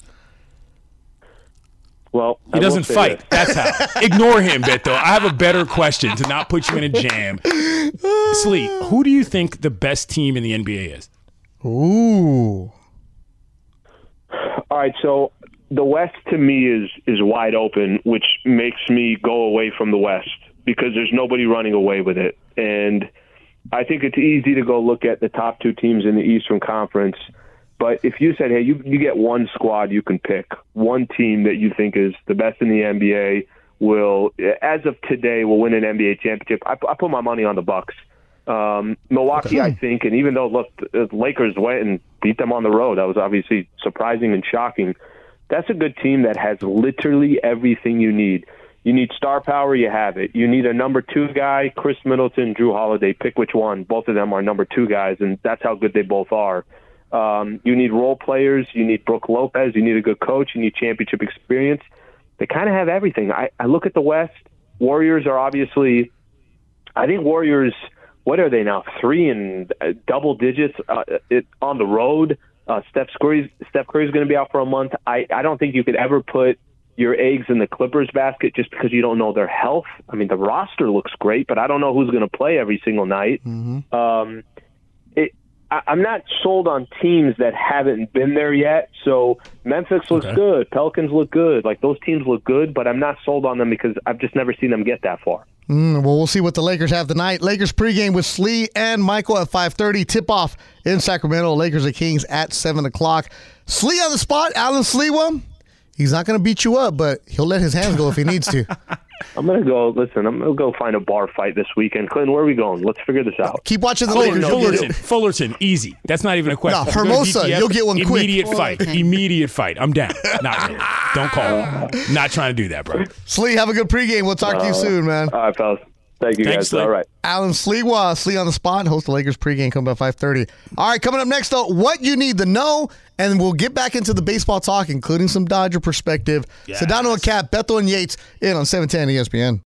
Speaker 7: Well, I
Speaker 2: He
Speaker 7: will
Speaker 2: doesn't
Speaker 7: say
Speaker 2: fight.
Speaker 7: this.
Speaker 2: That's how. Ignore him, Beto. I have a better question to not put you in a jam. Slee, who do you think the best team in the NBA is?
Speaker 3: Ooh.
Speaker 7: All right, so the West to me is is wide open, which makes me go away from the West because there's nobody running away with it. And I think it's easy to go look at the top two teams in the Eastern Conference, but if you said, "Hey, you you get one squad you can pick, one team that you think is the best in the NBA will as of today will win an NBA championship." I, I put my money on the Bucks. Um, Milwaukee, I think, and even though look, the Lakers went and beat them on the road, that was obviously surprising and shocking. That's a good team that has literally everything you need. You need star power, you have it. You need a number two guy, Chris Middleton, Drew Holiday. Pick which one. Both of them are number two guys, and that's how good they both are. Um, you need role players. You need Brooke Lopez. You need a good coach. You need championship experience. They kind of have everything. I, I look at the West. Warriors are obviously I think Warriors. What are they now? Three and uh, double digits uh, it, on the road. Uh, Steph Curry's Steph Curry's going to be out for a month. I I don't think you could ever put your eggs in the Clippers basket just because you don't know their health. I mean, the roster looks great, but I don't know who's going to play every single night. Um, it, I, I'm not sold on teams that haven't been there yet. So Memphis looks good, Pelicans look good, like those teams look good, but I'm not sold on them because I've just never seen them get that far.
Speaker 3: Mm, well, we'll see what the Lakers have tonight. Lakers pregame with Slee and Michael at 5.30. Tip-off in Sacramento. Lakers at Kings at 7 o'clock. Slee on the spot. Alan Sleewa. He's not going to beat you up, but he'll let his hands go if he needs to.
Speaker 7: I'm gonna go. Listen, I'm gonna go find a bar fight this weekend. Clinton, where are we going? Let's figure this out.
Speaker 3: Keep watching the
Speaker 2: Fullerton,
Speaker 3: Lakers. You'll get it.
Speaker 2: Fullerton, Fullerton, easy. That's not even a question.
Speaker 3: No,
Speaker 2: If you go to
Speaker 3: Hermosa,
Speaker 2: DTF,
Speaker 3: you'll get one quick.
Speaker 2: Immediate fight.
Speaker 6: Fullerton.
Speaker 2: Immediate fight. I'm down. Not really. Don't call. Not trying to do that, bro.
Speaker 3: Slee, have a good pregame. We'll talk
Speaker 7: Uh,
Speaker 3: to you soon, man.
Speaker 7: All right, fellas. Thank you,
Speaker 2: Thanks,
Speaker 7: guys.
Speaker 2: Clint.
Speaker 7: All right.
Speaker 3: Alan Sleewa, Slee on the spot, host the Lakers pregame coming up at 5.30. All right, coming up next, though, what you need to know, and we'll get back into the baseball E talk, including some Dodger perspective. Sedano and Cap, Bethel and Yates in on 710 ESPN.